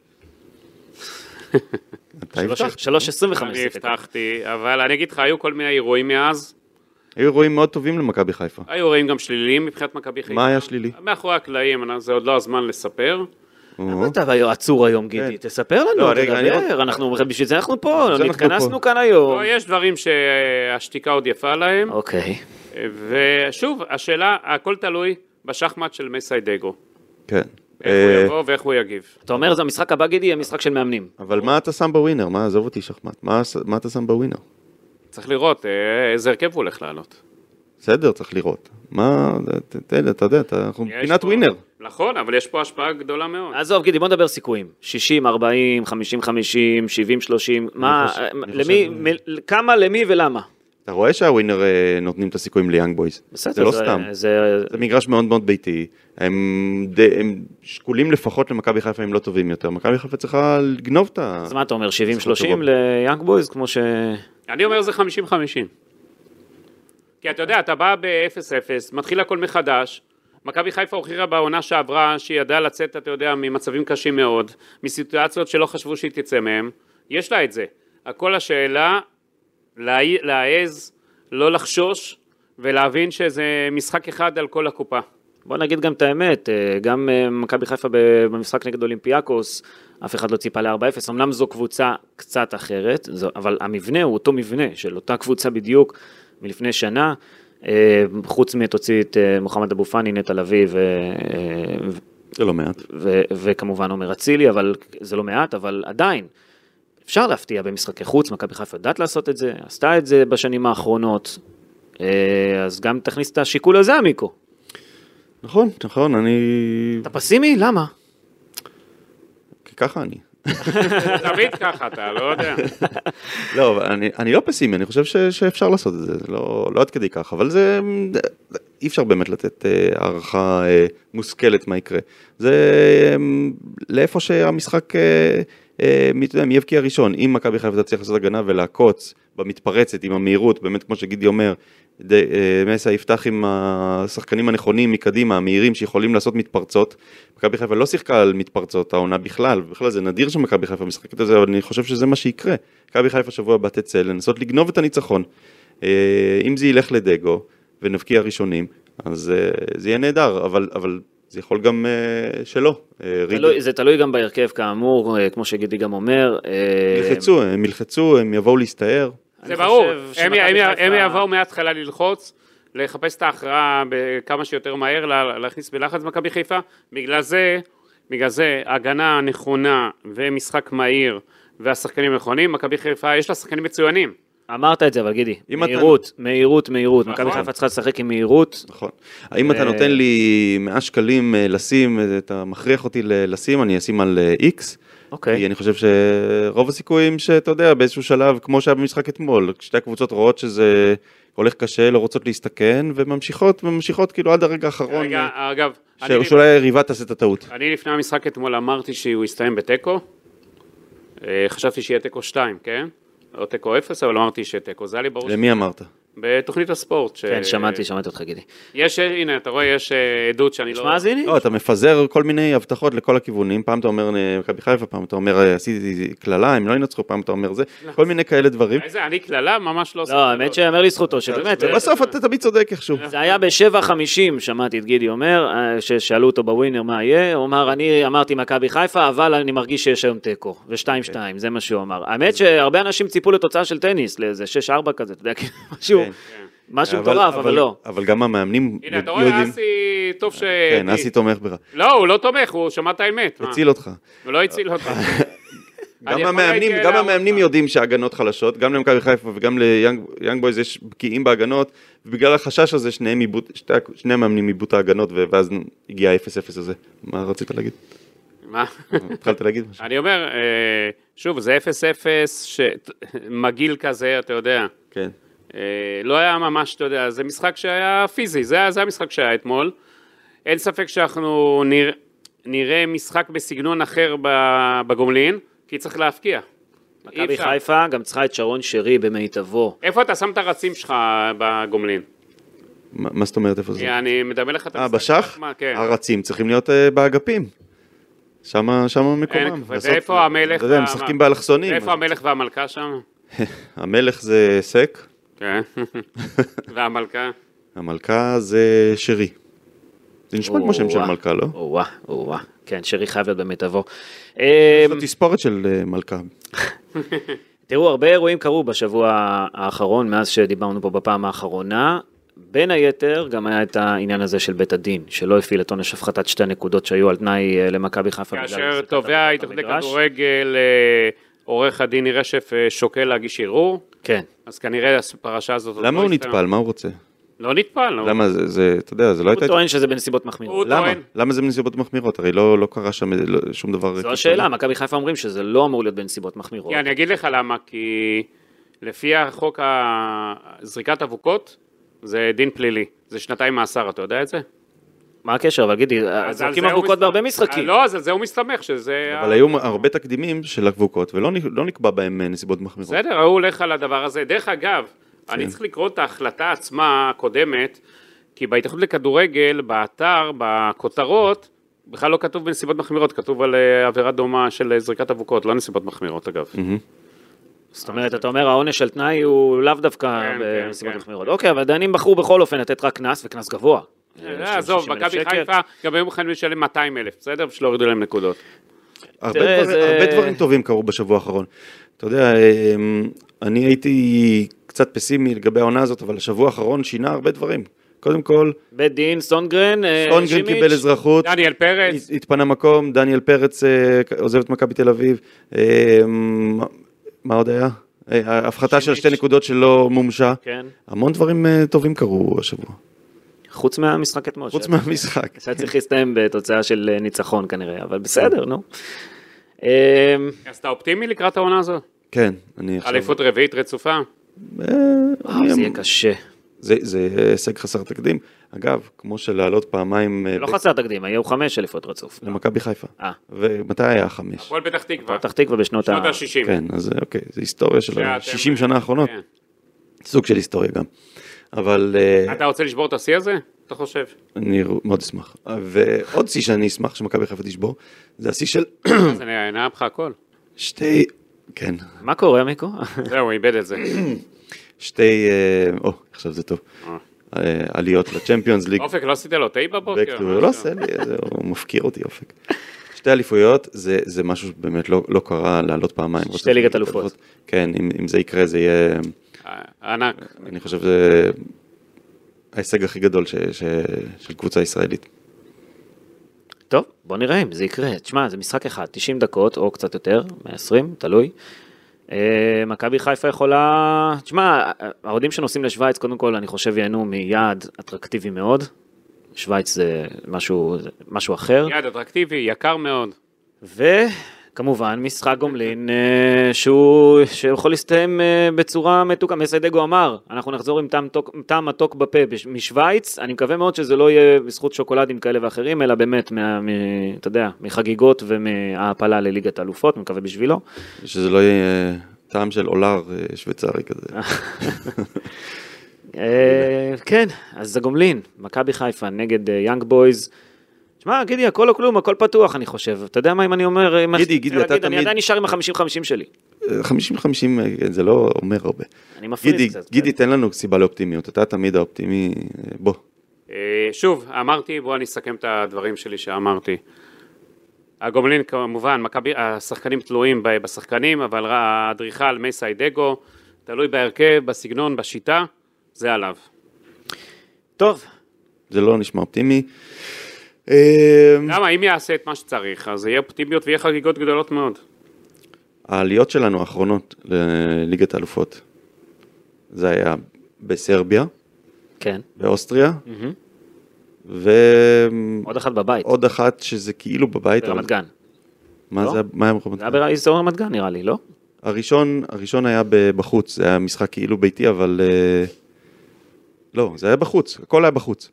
Speaker 3: אתה
Speaker 2: שלוש-
Speaker 3: הבטחת.
Speaker 2: 3.25.
Speaker 4: אני הבטחתי, אבל אני אגיד לך, היו כל מיני אירועים מאז.
Speaker 3: היו אירועים מאוד טובים למכבי חיפה.
Speaker 4: אה, היו אירועים גם שליליים מבחינת מכבי חיפה.
Speaker 3: מה היה שלילי?
Speaker 4: מאחורי הקלעים, אני- זה עוד לא הזמן לספר.
Speaker 2: למה אתה היום עצור היום, גידי? תספר
Speaker 3: לא,
Speaker 2: לנו,
Speaker 3: אני- אני
Speaker 2: תדבר, אנחנו, בשביל זה אנחנו פה, לא
Speaker 3: זה אנחנו
Speaker 2: התכנסנו
Speaker 3: פה.
Speaker 2: כאן היום.
Speaker 4: לא, יש דברים שהשתיקה עוד יפה להם,
Speaker 2: אוקיי.
Speaker 3: אה.
Speaker 4: ושוב, השאלה, הכל תלוי בשחמט של מסיידגו.
Speaker 3: כן.
Speaker 4: איך הוא
Speaker 3: אה,
Speaker 4: יבוא ואיך הוא יגיב.
Speaker 2: אתה אומר, זה המשחק הבא, גידי, יהיה משחק של מאמנים.
Speaker 3: אבל מה אתה שם בווינר? מה, עזוב אותי שחמט. מה ש- מה אתה שם בווינר?
Speaker 4: צריך לראות אה, איזה הרכב הוא הולך לעלות.
Speaker 3: בסדר, צריך לראות. מה, ת- ת- ת- אתה יודע, אתה- אנחנו
Speaker 4: יש
Speaker 3: מבחינת
Speaker 4: פה-
Speaker 3: ווינר.
Speaker 4: נכון, אבל יש פה השפעה גדולה מאוד.
Speaker 2: עזוב, גידי, בוא נדבר סיכויים. 60, 40, 50, 50, 70, 30, מה, אה,
Speaker 3: חושב- אני
Speaker 2: למי,
Speaker 3: חושב-
Speaker 2: מ- כמה, למי ולמה?
Speaker 3: אתה רואה שהווינר אה, נותנים את הסיכויים ליאנג בויז.
Speaker 2: בסדר,
Speaker 3: זה לא סתם.
Speaker 2: זה-
Speaker 3: זה מגרש מאוד מאוד ביתי, הם, די, הם שקולים לפחות למכבי חיפה, הם לא טובים יותר, מכבי חיפה צריכה לגנוב את ה...
Speaker 2: אז מה אתה אומר, 70-30
Speaker 3: טובות.
Speaker 2: ליאנג בויז, כמו ש...
Speaker 4: אני אומר זה 50-50. כי אתה יודע, אתה בא ב-0-0, מתחיל הכל מחדש. מכבי חיפה הוכיחה בעונה שעברה שהיא ידעה לצאת, אתה יודע, ממצבים קשים מאוד, מסיטואציות שלא חשבו שהיא תצא מהם. יש לה את זה. הכל השאלה, להעי- להעז, לא לחשוש, ולהבין שזה משחק אחד על כל הקופה. [laughs]
Speaker 2: בוא נגיד גם את האמת, אה, גם אה, מכבי חיפה ב- במשחק נגד אולימפיאקוס, אף אחד לא ציפה ל-4-0, אמנם זו קבוצה קצת אחרת, זו, אבל המבנה הוא אותו מבנה של אותה קבוצה בדיוק מלפני שנה, אה, חוץ מתוציא את אה, מוחמד אבו פאני, נטע לביא ו- אה,
Speaker 3: זה לא מעט.
Speaker 2: ו- וכמובן עומר אצילי, אבל זה לא מעט, אבל עדיין. אפשר להפתיע במשחקי חוץ, מכבי חיפה יודעת לעשות את זה, עשתה את זה בשנים האחרונות, אה, אז גם תכניס את השיקול הזה, עמיקו.
Speaker 3: נכון, נכון, אני...
Speaker 2: אתה פסימי? למה?
Speaker 3: ככה אני.
Speaker 4: תמיד ככה, אתה לא יודע.
Speaker 3: לא, אבל אני, אני לא פסימי, אני חושב ש, שאפשר לעשות את זה, זה לא, לא עד כדי כך, אבל זה... אי אפשר באמת לתת אה, הערכה אה, מושכלת מה יקרה. זה אה, לאיפה שהמשחק, אה, אה, מי אתה יודע, מי יבקיע ראשון. אם מכבי חיפה תצליח לעשות הגנה ולעקוץ במתפרצת עם המהירות, באמת כמו שגידי אומר, ד- אה, מסה יפתח עם השחקנים הנכונים מקדימה, המהירים שיכולים לעשות מתפרצות. מכבי חיפה לא שיחקה על מתפרצות העונה בכלל, ובכלל זה נדיר שמכבי חיפה משחקת על זה, אבל אני חושב שזה מה שיקרה. מכבי חיפה שבוע הבא תצא לנסות לגנוב את הניצחון. אה, אם זה ילך לדגו ונבקיע ראשונים, אז אה, זה יהיה נהדר, אבל, אבל זה יכול גם אה, שלא. אה, ריגל-
Speaker 2: תלוי, זה תלוי גם בהרכב כאמור, אה, כמו שגידי גם אומר. אה,
Speaker 3: ילחצו, הם ילחצו, הם יבואו להסתער.
Speaker 4: זה
Speaker 2: אני
Speaker 4: ברור,
Speaker 2: חושב
Speaker 4: הם,
Speaker 2: שמכבי
Speaker 4: הם,
Speaker 2: חיפה-
Speaker 4: הם יבואו מההתחלה ללחוץ, לחפש את ההכרעה כמה שיותר מהר, לה- להכניס בלחץ מכבי חיפה, בגלל זה, בגלל זה הגנה נכונה ומשחק מהיר והשחקנים נכונים, מכבי חיפה יש לה שחקנים מצוינים,
Speaker 2: אמרת את זה, אבל גידי,
Speaker 3: אם אתה-
Speaker 2: מהירות, מהירות, מהירות.
Speaker 4: נכון.
Speaker 2: מכבי חיפה צריכה לשחק עם מהירות.
Speaker 3: נכון. האם אתה
Speaker 4: אה,
Speaker 3: נותן לי 100 שקלים אה, לשים, אה, אתה מכריח אותי ל- לשים, אני אשים על איקס. כי
Speaker 2: אוקיי.
Speaker 3: אני חושב שרוב הסיכויים שאתה יודע, באיזשהו שלב, כמו שהיה במשחק אתמול, שתי הקבוצות רואות שזה הולך קשה, לא רוצות להסתכן, וממשיכות, וממשיכות כאילו עד הרגע האחרון,
Speaker 4: רגע,
Speaker 3: אה,
Speaker 4: אגב,
Speaker 3: ש-
Speaker 4: אני,
Speaker 3: שאולי היריבה תעשה את הטעות.
Speaker 4: אני לפני המשחק אתמול אמרתי שהוא יסתיים בתיקו, אה, חשבתי שיהיה תיקו 2, כן? או תיקו 0, אבל אמרתי שיהיה תיקו, זה היה לי ברור,
Speaker 3: למי אמרת?
Speaker 4: בתוכנית הספורט, ש-
Speaker 2: כן, שמעתי, שמעתי אותך, גידי.
Speaker 4: יש, הנה, אתה רואה, יש אה, עדות שאני לא...
Speaker 2: שמע, אז הנה,
Speaker 3: לא, אתה מפזר כל מיני הבטחות לכל הכיוונים, פעם אתה אומר אה, מכבי חיפה, פעם אתה אומר אה, עשיתי קללה, הם לא ינצחו, פעם אתה אומר זה,
Speaker 4: נכון.
Speaker 3: כל מיני כאלה דברים.
Speaker 4: איזה, אני קללה ממש לא עושה
Speaker 2: לא, האמת שיאמר לזכותו, שבאמת,
Speaker 4: זה-
Speaker 3: בסוף אתה לא תמיד צודק איכשהו.
Speaker 2: זה היה ב-7.50, שמעתי את גידי אומר, אה, ששאלו אותו בווינר מה יהיה, הוא אמר, אני אמרתי מכבי חיפה, אבל אני מרגיש שיש היום תיקו, ו-2-2, זה מה שהוא אמר. האמת שהרבה אנשים ציפו לתוצאה של טניס, לאיזה 6-4 כזה, אתה יודע, כאילו, [laughs] משהו- משהו מטורף, אבל לא.
Speaker 3: אבל גם המאמנים
Speaker 4: הנה, אתה
Speaker 3: יודעים-
Speaker 4: רואה, אסי, טוב ש...
Speaker 3: כן, אסי תומך בך.
Speaker 4: לא, הוא לא תומך, הוא שמע את האמת.
Speaker 2: אה.
Speaker 4: מה?
Speaker 3: הציל אותך.
Speaker 4: הוא לא הציל
Speaker 3: [laughs]
Speaker 4: אותך. אני
Speaker 3: גם
Speaker 4: יכול
Speaker 3: המאמנים,
Speaker 4: להגיע
Speaker 3: גם
Speaker 4: לעמוד
Speaker 3: המאמנים
Speaker 4: שם.
Speaker 3: יודעים שההגנות חלשות, גם למכבי חיפה וגם ליאנג בויז יש בקיאים בהגנות, ובגלל החשש הזה שניהם עיבוד, שתי, ה- שני המאמנים עיבו את ההגנות, ו- ואז הגיע ה-0-0 הזה. מה רצית
Speaker 2: [laughs]
Speaker 3: להגיד?
Speaker 4: מה? [laughs]
Speaker 3: התחלת להגיד משהו?
Speaker 4: אני אומר, אה, שוב, זה 0-0, ש- מגעיל כזה, אתה יודע.
Speaker 3: כן.
Speaker 4: אה, לא היה ממש, אתה יודע, זה משחק שהיה פיזי, זה, היה- זה המשחק שהיה אתמול. אין ספק שאנחנו נרא, נראה משחק בסגנון אחר ב- בגומלין, כי צריך להפקיע. אי
Speaker 2: מכבי
Speaker 4: אפשר.
Speaker 2: חיפה גם צריכה את שרון שרי במיטבו.
Speaker 4: איפה אתה שם את הרצים שלך בגומלין?
Speaker 3: מה מה זאת אומרת איפה זה?
Speaker 4: אני מדמה לך את
Speaker 3: אה,
Speaker 4: המשחק,
Speaker 3: בשח?
Speaker 4: מה, כן.
Speaker 3: הרצים צריכים להיות אה, באגפים. שמה, שמה
Speaker 4: אין,
Speaker 3: מקומם. אה, לעשות-
Speaker 4: וזה איפה כן, המלך?
Speaker 3: אתה יודע, הם
Speaker 4: וה-
Speaker 3: משחקים באלכסונים.
Speaker 4: איפה המלך והמלכה שם?
Speaker 3: המלך זה סק, [laughs]
Speaker 4: כן. והמלכה?
Speaker 3: המלכה זה שרי. זה נשמע כמו שם של
Speaker 2: או-אה,
Speaker 3: מלכה, לא?
Speaker 2: או-אה, או-אה. כן, שרי חייב להיות במיטבו.
Speaker 3: יש
Speaker 2: אמ,
Speaker 3: לו תספורת של אה, מלכה.
Speaker 2: תראו, הרבה אירועים קרו בשבוע האחרון, מאז שדיברנו פה בפעם האחרונה. בין היתר, גם היה את העניין הזה של בית הדין, שלא הפעיל את עונש הפחתת שתי הנקודות שהיו על תנאי אה, למכבי חיפה. בגלל
Speaker 4: כאשר
Speaker 2: זריקת
Speaker 4: תובע
Speaker 2: המגרש.
Speaker 4: ההתאחדות לכדורגל, אה, עורך הדין רשף אה, שוקל להגיש ערעור,
Speaker 3: לא
Speaker 2: כן.
Speaker 4: אז כנראה הפרשה הזאת עוד
Speaker 3: למה
Speaker 4: לא
Speaker 3: הוא
Speaker 4: הסתיימה.
Speaker 3: נטפל? מה הוא רוצה?
Speaker 4: לא נטפל, לא.
Speaker 3: למה זה- זה, אתה יודע, זה לא
Speaker 2: הוא
Speaker 3: הייתה...
Speaker 2: טוען שזה בנסיבות מחמירות.
Speaker 4: הוא
Speaker 3: למה?
Speaker 4: טוען.
Speaker 3: למה זה בנסיבות מחמירות? הרי לא לא קרה שם איזה- לא- שום דבר...
Speaker 2: זו
Speaker 3: קיצוני.
Speaker 2: השאלה, מכבי חיפה אומרים שזה לא אמור להיות בנסיבות מחמירות.
Speaker 4: כי אני אגיד לך למה, כי לפי החוק, ה- זריקת אבוקות זה דין פלילי. זה שנתיים מאסר, אתה יודע את זה?
Speaker 2: מה הקשר? אבל גידי,
Speaker 4: אז על
Speaker 2: זורקים
Speaker 4: זה הוא
Speaker 2: אבוקות
Speaker 4: מסת-
Speaker 2: בהרבה
Speaker 4: אה,
Speaker 2: משחקים.
Speaker 4: לא, אז על זה הוא מסתמך, שזה...
Speaker 3: אבל היו הרבה תקדימים של הקבוקות, ולא נק- לא נקבע בהם אה, נסיבות מחמירות.
Speaker 4: בסדר, הוא הולך על הדבר הזה. דרך אגב,
Speaker 3: כן.
Speaker 4: אני צריך לקרוא את ההחלטה עצמה הקודמת, כי בהתאחדות לכדורגל, באתר, בכותרות, בכלל לא כתוב בנסיבות מחמירות, כתוב על אה, עבירה דומה של אה, זריקת אבוקות, לא נסיבות מחמירות אגב.
Speaker 2: זאת אומרת, אתה אומר, העונש על תנאי הוא לאו דווקא
Speaker 4: כן, כן,
Speaker 2: בנסיבות
Speaker 4: כן.
Speaker 2: מחמירות. אוקיי, אבל הדיינים בחרו בכל אופן לתת רק קנס, וקנס גבוה.
Speaker 4: אה, עזוב,
Speaker 2: 30,000
Speaker 4: מכבי
Speaker 2: שקל.
Speaker 4: חיפה, גם היו מוכנים לשלם 200 אלף, בסדר? בשביל להורידו להם נקודות.
Speaker 3: הרבה
Speaker 2: תראה,
Speaker 3: דברים-
Speaker 2: זה-
Speaker 3: הרבה דברים טובים קרו בשבוע האחרון. אתה יודע, אה, אני הייתי קצת פסימי לגבי העונה הזאת, אבל השבוע האחרון שינה הרבה דברים. קודם כל,
Speaker 2: בית דין, סונגרן, אה,
Speaker 3: אונגרין
Speaker 2: שימיץ'.
Speaker 3: קיבל אזרחות.
Speaker 4: דניאל פרץ,
Speaker 3: הת- התפנה מקום, דניאל פרץ אה, עוזב את מכבי תל אביב. אה, מה- מה עוד היה? אה, ההפחתה של שתי נקודות שלא מומשה.
Speaker 2: כן.
Speaker 3: המון דברים אה, טובים קרו השבוע,
Speaker 2: חוץ מהמשחק אתמול.
Speaker 3: חוץ
Speaker 2: שהיה-
Speaker 3: מהמשחק.
Speaker 2: שהיה צריך להסתיים בתוצאה של אה, ניצחון כנראה, אבל בסדר, נו. אה,
Speaker 4: אז אתה אופטימי לקראת העונה הזו?
Speaker 3: כן, אני עכשיו...
Speaker 4: אליפות רביעית רצופה?
Speaker 3: אה,
Speaker 2: וואו, זה יהיה קשה.
Speaker 3: זה זה הישג חסר תקדים. אגב, כמו שלעלות פעמיים אה,
Speaker 2: לא
Speaker 3: ב-
Speaker 2: חסר תקדים, היו חמש אליפות רצוף.
Speaker 3: למכבי חיפה.
Speaker 2: אה.
Speaker 3: ומתי היה חמש?
Speaker 4: הפועל פתח תקווה, לא
Speaker 2: פתח תקווה בשנות ה...
Speaker 4: שנות ה-60.
Speaker 3: כן, אז אה, אוקיי, זה היסטוריה של
Speaker 4: שאתם-
Speaker 3: ה-60 שנה האחרונות.
Speaker 4: כן.
Speaker 3: סוג של היסטוריה גם. אבל... אה,
Speaker 4: אתה רוצה לשבור את השיא הזה? אתה חושב?
Speaker 3: אני מאוד אשמח. ועוד שיא שאני אשמח שמכבי חיפה תשבור, זה השיא של
Speaker 4: אז אני אנאם לך הכל.
Speaker 3: שתי, כן,
Speaker 2: מה קורה, מיקו? [laughs]
Speaker 4: זהו, הוא איבד
Speaker 3: [coughs]
Speaker 4: את זה.
Speaker 3: שתי, אה, או, עכשיו זה טוב, אה, עליות לצ'מפיונס ליג,
Speaker 4: אופק, אה, לא עשית לו תה בבוקר?
Speaker 3: back to- לא עושה לי, זה- הוא מפקיר אותי אופק. שתי אליפויות, זה, זה משהו שבאמת לא, לא קרה לעלות פעמיים.
Speaker 2: שתי ליגת אלופות.
Speaker 3: כן, אם, אם זה יקרה זה יהיה,
Speaker 4: אה, ענק.
Speaker 3: אני חושב שזה ההישג הכי גדול ש, ש, של קבוצה ישראלית.
Speaker 2: טוב, בוא נראה אם זה יקרה. תשמע, זה משחק אחד, 90 דקות או קצת יותר, 120, תלוי. אה, מכבי חיפה יכולה... תשמע, האוהדים שנוסעים לשוויץ, קודם כל, אני חושב, ייהנו מיעד אטרקטיבי מאוד. שוויץ זה משהו, זה משהו אחר.
Speaker 4: יעד אטרקטיבי, יקר מאוד.
Speaker 2: וכמובן, משחק גומלין אה, שהוא שיכול להסתיים אה, בצורה מתוקה. מסיידגו אמר, אנחנו נחזור עם טעם טוק- טעם מתוק בפה בש- משוויץ, אני מקווה מאוד שזה לא יהיה בזכות שוקולדים כאלה ואחרים, אלא באמת, מה- מ- אתה יודע, מחגיגות ומהעפלה לליגת האלופות, מקווה בשבילו.
Speaker 3: שזה לא יהיה אה, טעם של אולר אה, שוויצרי כזה.
Speaker 2: [laughs] אה, כן, אז זה גומלין, מכבי חיפה נגד אה, יאנג בויז. שמע, גידי, הכל או כלום, הכל פתוח, אני חושב. אתה יודע מה אם אני אומר? אם אני-
Speaker 3: גידי, גידי,
Speaker 2: רוצה
Speaker 3: אתה
Speaker 2: להגיד, אני
Speaker 3: תמיד-
Speaker 2: עדיין נשאר עם החמישים-חמישים שלי.
Speaker 3: 50-50 זה לא אומר הרבה.
Speaker 2: אני מפריד
Speaker 3: גידי,
Speaker 2: קצת. כן.
Speaker 3: גידי, תן לנו סיבה לאופטימיות, אתה תמיד האופטימי, אה, בוא.
Speaker 4: אה, שוב, אמרתי, בואו אני אסכם את הדברים שלי שאמרתי. הגומלין כמובן, מכבי, השחקנים תלויים ב- בשחקנים, אבל ר- האדריכל מייסי דגו, תלוי בהרכב, בסגנון, בשיטה, זה עליו.
Speaker 2: טוב,
Speaker 3: זה לא נשמע אופטימי. אה,
Speaker 4: למה אם יעשה את מה שצריך, אז יהיה אופטימיות ויהיה חגיגות גדולות מאוד.
Speaker 3: העליות שלנו האחרונות לליגת האלופות, זה היה בסרביה,
Speaker 2: כן.
Speaker 3: באוסטריה, ועוד
Speaker 2: עוד אחת בבית,
Speaker 3: אחת שזה כאילו בבית. אבל-
Speaker 2: ברמת גן.
Speaker 3: מה
Speaker 2: לא?
Speaker 3: זה היה- מה היה ברמת
Speaker 2: זה היה
Speaker 3: גן?
Speaker 2: באזור רמת גן נראה לי, לא?
Speaker 3: הראשון, הראשון היה ב- בחוץ, זה היה משחק כאילו ביתי, אבל... אה, לא, זה היה בחוץ, הכל היה בחוץ.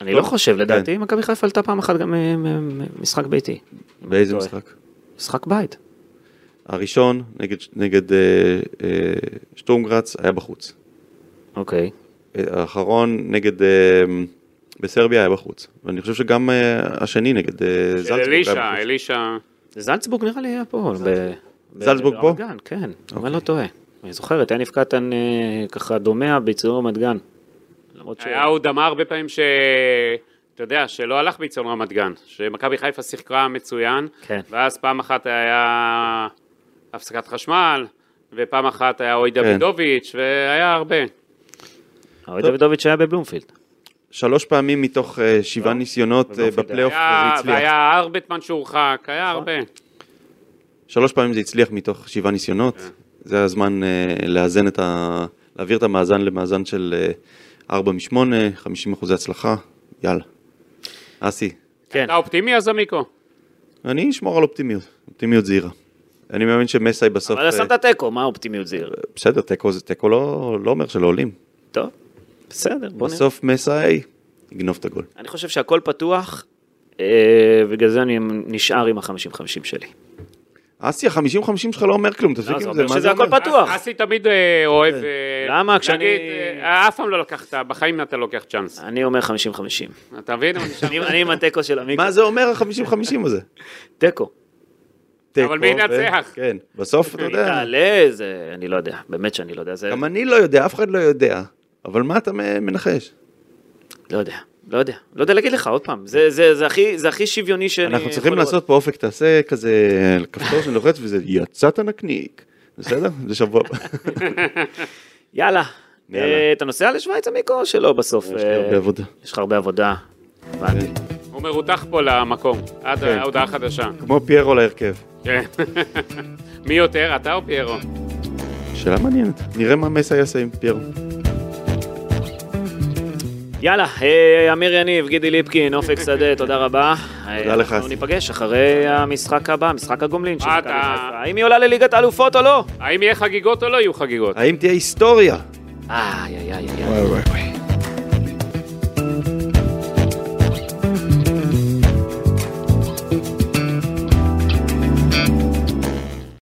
Speaker 2: אני לא חושב,
Speaker 3: כן.
Speaker 2: לדעתי מכבי חיפה עלתה פעם אחת גם אה, מ- מ- משחק ביתי.
Speaker 3: באיזה
Speaker 2: טועה.
Speaker 3: משחק?
Speaker 2: משחק בית.
Speaker 3: הראשון נגד, נגד אה, אה, שטורמגרץ היה בחוץ.
Speaker 2: אוקיי.
Speaker 3: אה, האחרון נגד אה, בסרביה היה בחוץ. ואני חושב שגם אה, השני נגד אה,
Speaker 4: של
Speaker 3: זלצבורג היה
Speaker 4: אלישע,
Speaker 3: בחוץ.
Speaker 4: אלישע,
Speaker 2: זלצבורג נראה לי היה פה. ב- ב-
Speaker 3: זלצבורג פה? אוקיי.
Speaker 2: ברמת גן, כן, אם אני לא טועה. אני זוכר, היה נפקע כאן אה, ככה דומע בציר רמת גן. למרות ש...
Speaker 4: היה הוא דמה הרבה פעמים ש... אתה יודע, שלא הלך באיצטדיון רמת גן, שמכבי חיפה שיחקה מצוין,
Speaker 2: כן.
Speaker 4: ואז פעם אחת היה הפסקת חשמל, ופעם אחת היה
Speaker 2: כן.
Speaker 4: אוי דוידוביץ', והיה הרבה.
Speaker 2: אוי דוידוביץ' היה בבלומפילד.
Speaker 3: שלוש פעמים מתוך אה, שבעה ניסיונות אה,
Speaker 2: ובאופן
Speaker 3: בפלייאוף
Speaker 4: לא, היה-
Speaker 3: זה הצליח.
Speaker 4: והיה ארבטמן שהורחק, היה
Speaker 2: נכון.
Speaker 4: הרבה.
Speaker 3: שלוש פעמים זה הצליח מתוך שבעה ניסיונות.
Speaker 4: כן.
Speaker 3: זה הזמן אה, לאזן את ה... להעביר את המאזן למאזן של אה, ארבע משמונה, חמישים אחוזי הצלחה, יאללה. אסי,
Speaker 2: כן.
Speaker 4: אתה אופטימי אז עמיקו?
Speaker 3: אני אשמור על אופטימיות, אופטימיות זהירה. אני מאמין שמסאי בסוף...
Speaker 2: אבל
Speaker 3: אה,
Speaker 2: שמת תיקו, מה אופטימיות זהיר?
Speaker 3: בסדר, תיקו זה תיקו לא, לא אומר שלא עולים.
Speaker 2: טוב, בסדר, בוא נראה.
Speaker 3: בסוף מסאי יגנוב את הגול.
Speaker 2: אני חושב שהכל פתוח, אה, בגלל זה אני נשאר עם ה-50-50 שלי.
Speaker 3: אסי, ה-50-50 שלך לא אומר כלום, תפסיק
Speaker 2: לא, זה
Speaker 3: עם
Speaker 2: אומר
Speaker 3: זה, מה
Speaker 2: שזה
Speaker 3: זה
Speaker 2: הכל
Speaker 3: אומר?
Speaker 2: פתוח.
Speaker 4: אס- אסי תמיד אה, אוהב... אה,
Speaker 2: כן. למה? כשאני-
Speaker 4: להגיד, אה, אף פעם לא לקחת, בחיים אתה לוקח צ'אנס.
Speaker 2: אני אומר 50-50.
Speaker 4: אתה מבין? הוא נשאר-
Speaker 2: אני- אני עם התיקו של עמיקו.
Speaker 3: מה זה אומר ה-50-50
Speaker 2: [laughs]
Speaker 3: הזה?
Speaker 2: תיקו.
Speaker 4: אבל מי
Speaker 3: תיקו ו-
Speaker 4: ינצח?
Speaker 3: כן, בסוף אתה
Speaker 2: היא
Speaker 3: יודע,
Speaker 2: תעלה, זה... אני לא יודע, באמת שאני לא יודע. זה...
Speaker 3: גם אני לא יודע, אף אחד לא יודע, אבל מה אתה מ- מנחש?
Speaker 2: לא יודע, לא יודע. לא יודע להגיד לך, עוד פעם. זה- זה זה הכי זה הכי שוויוני שאני...
Speaker 3: אנחנו
Speaker 2: יכול
Speaker 3: צריכים
Speaker 2: לראות.
Speaker 3: לעשות פה אופק, תעשה כזה על כפתור שנלוחץ וזה יצאת נקניק, בסדר? [laughs] זה שבוע הבא.
Speaker 2: יאללה.
Speaker 3: יאללה.
Speaker 2: אה, אתה נוסע לשוויץ, עמיקו, או שלא בסוף?
Speaker 3: יש לי הרבה
Speaker 2: אה,
Speaker 3: עבודה.
Speaker 2: יש לך הרבה עבודה. הבנתי.
Speaker 4: הוא מרותח פה למקום, עד
Speaker 3: כן.
Speaker 4: ההודעה החדשה.
Speaker 3: כמו פיירו להרכב.
Speaker 4: כן. [laughs] מי יותר, אתה או פיירו?
Speaker 3: שאלה מעניינת, נראה מה מסי יעשה עם פיירו.
Speaker 2: יאללה, אה, אמיר יניב, גידי ליפקין, אופק שדה, תודה רבה. תודה
Speaker 3: לך,
Speaker 2: אנחנו
Speaker 3: אסי.
Speaker 2: ניפגש אחרי המשחק הבא, משחק הגומלין של
Speaker 4: אה,
Speaker 2: מכבי
Speaker 4: אתה-
Speaker 2: חיפה. האם היא עולה לליגת האלופות או לא?
Speaker 4: האם יהיה חגיגות או לא יהיו חגיגות?
Speaker 3: האם תהיה היסטוריה?
Speaker 2: איי, איי, איי, איי.
Speaker 1: וואי וואי וואי.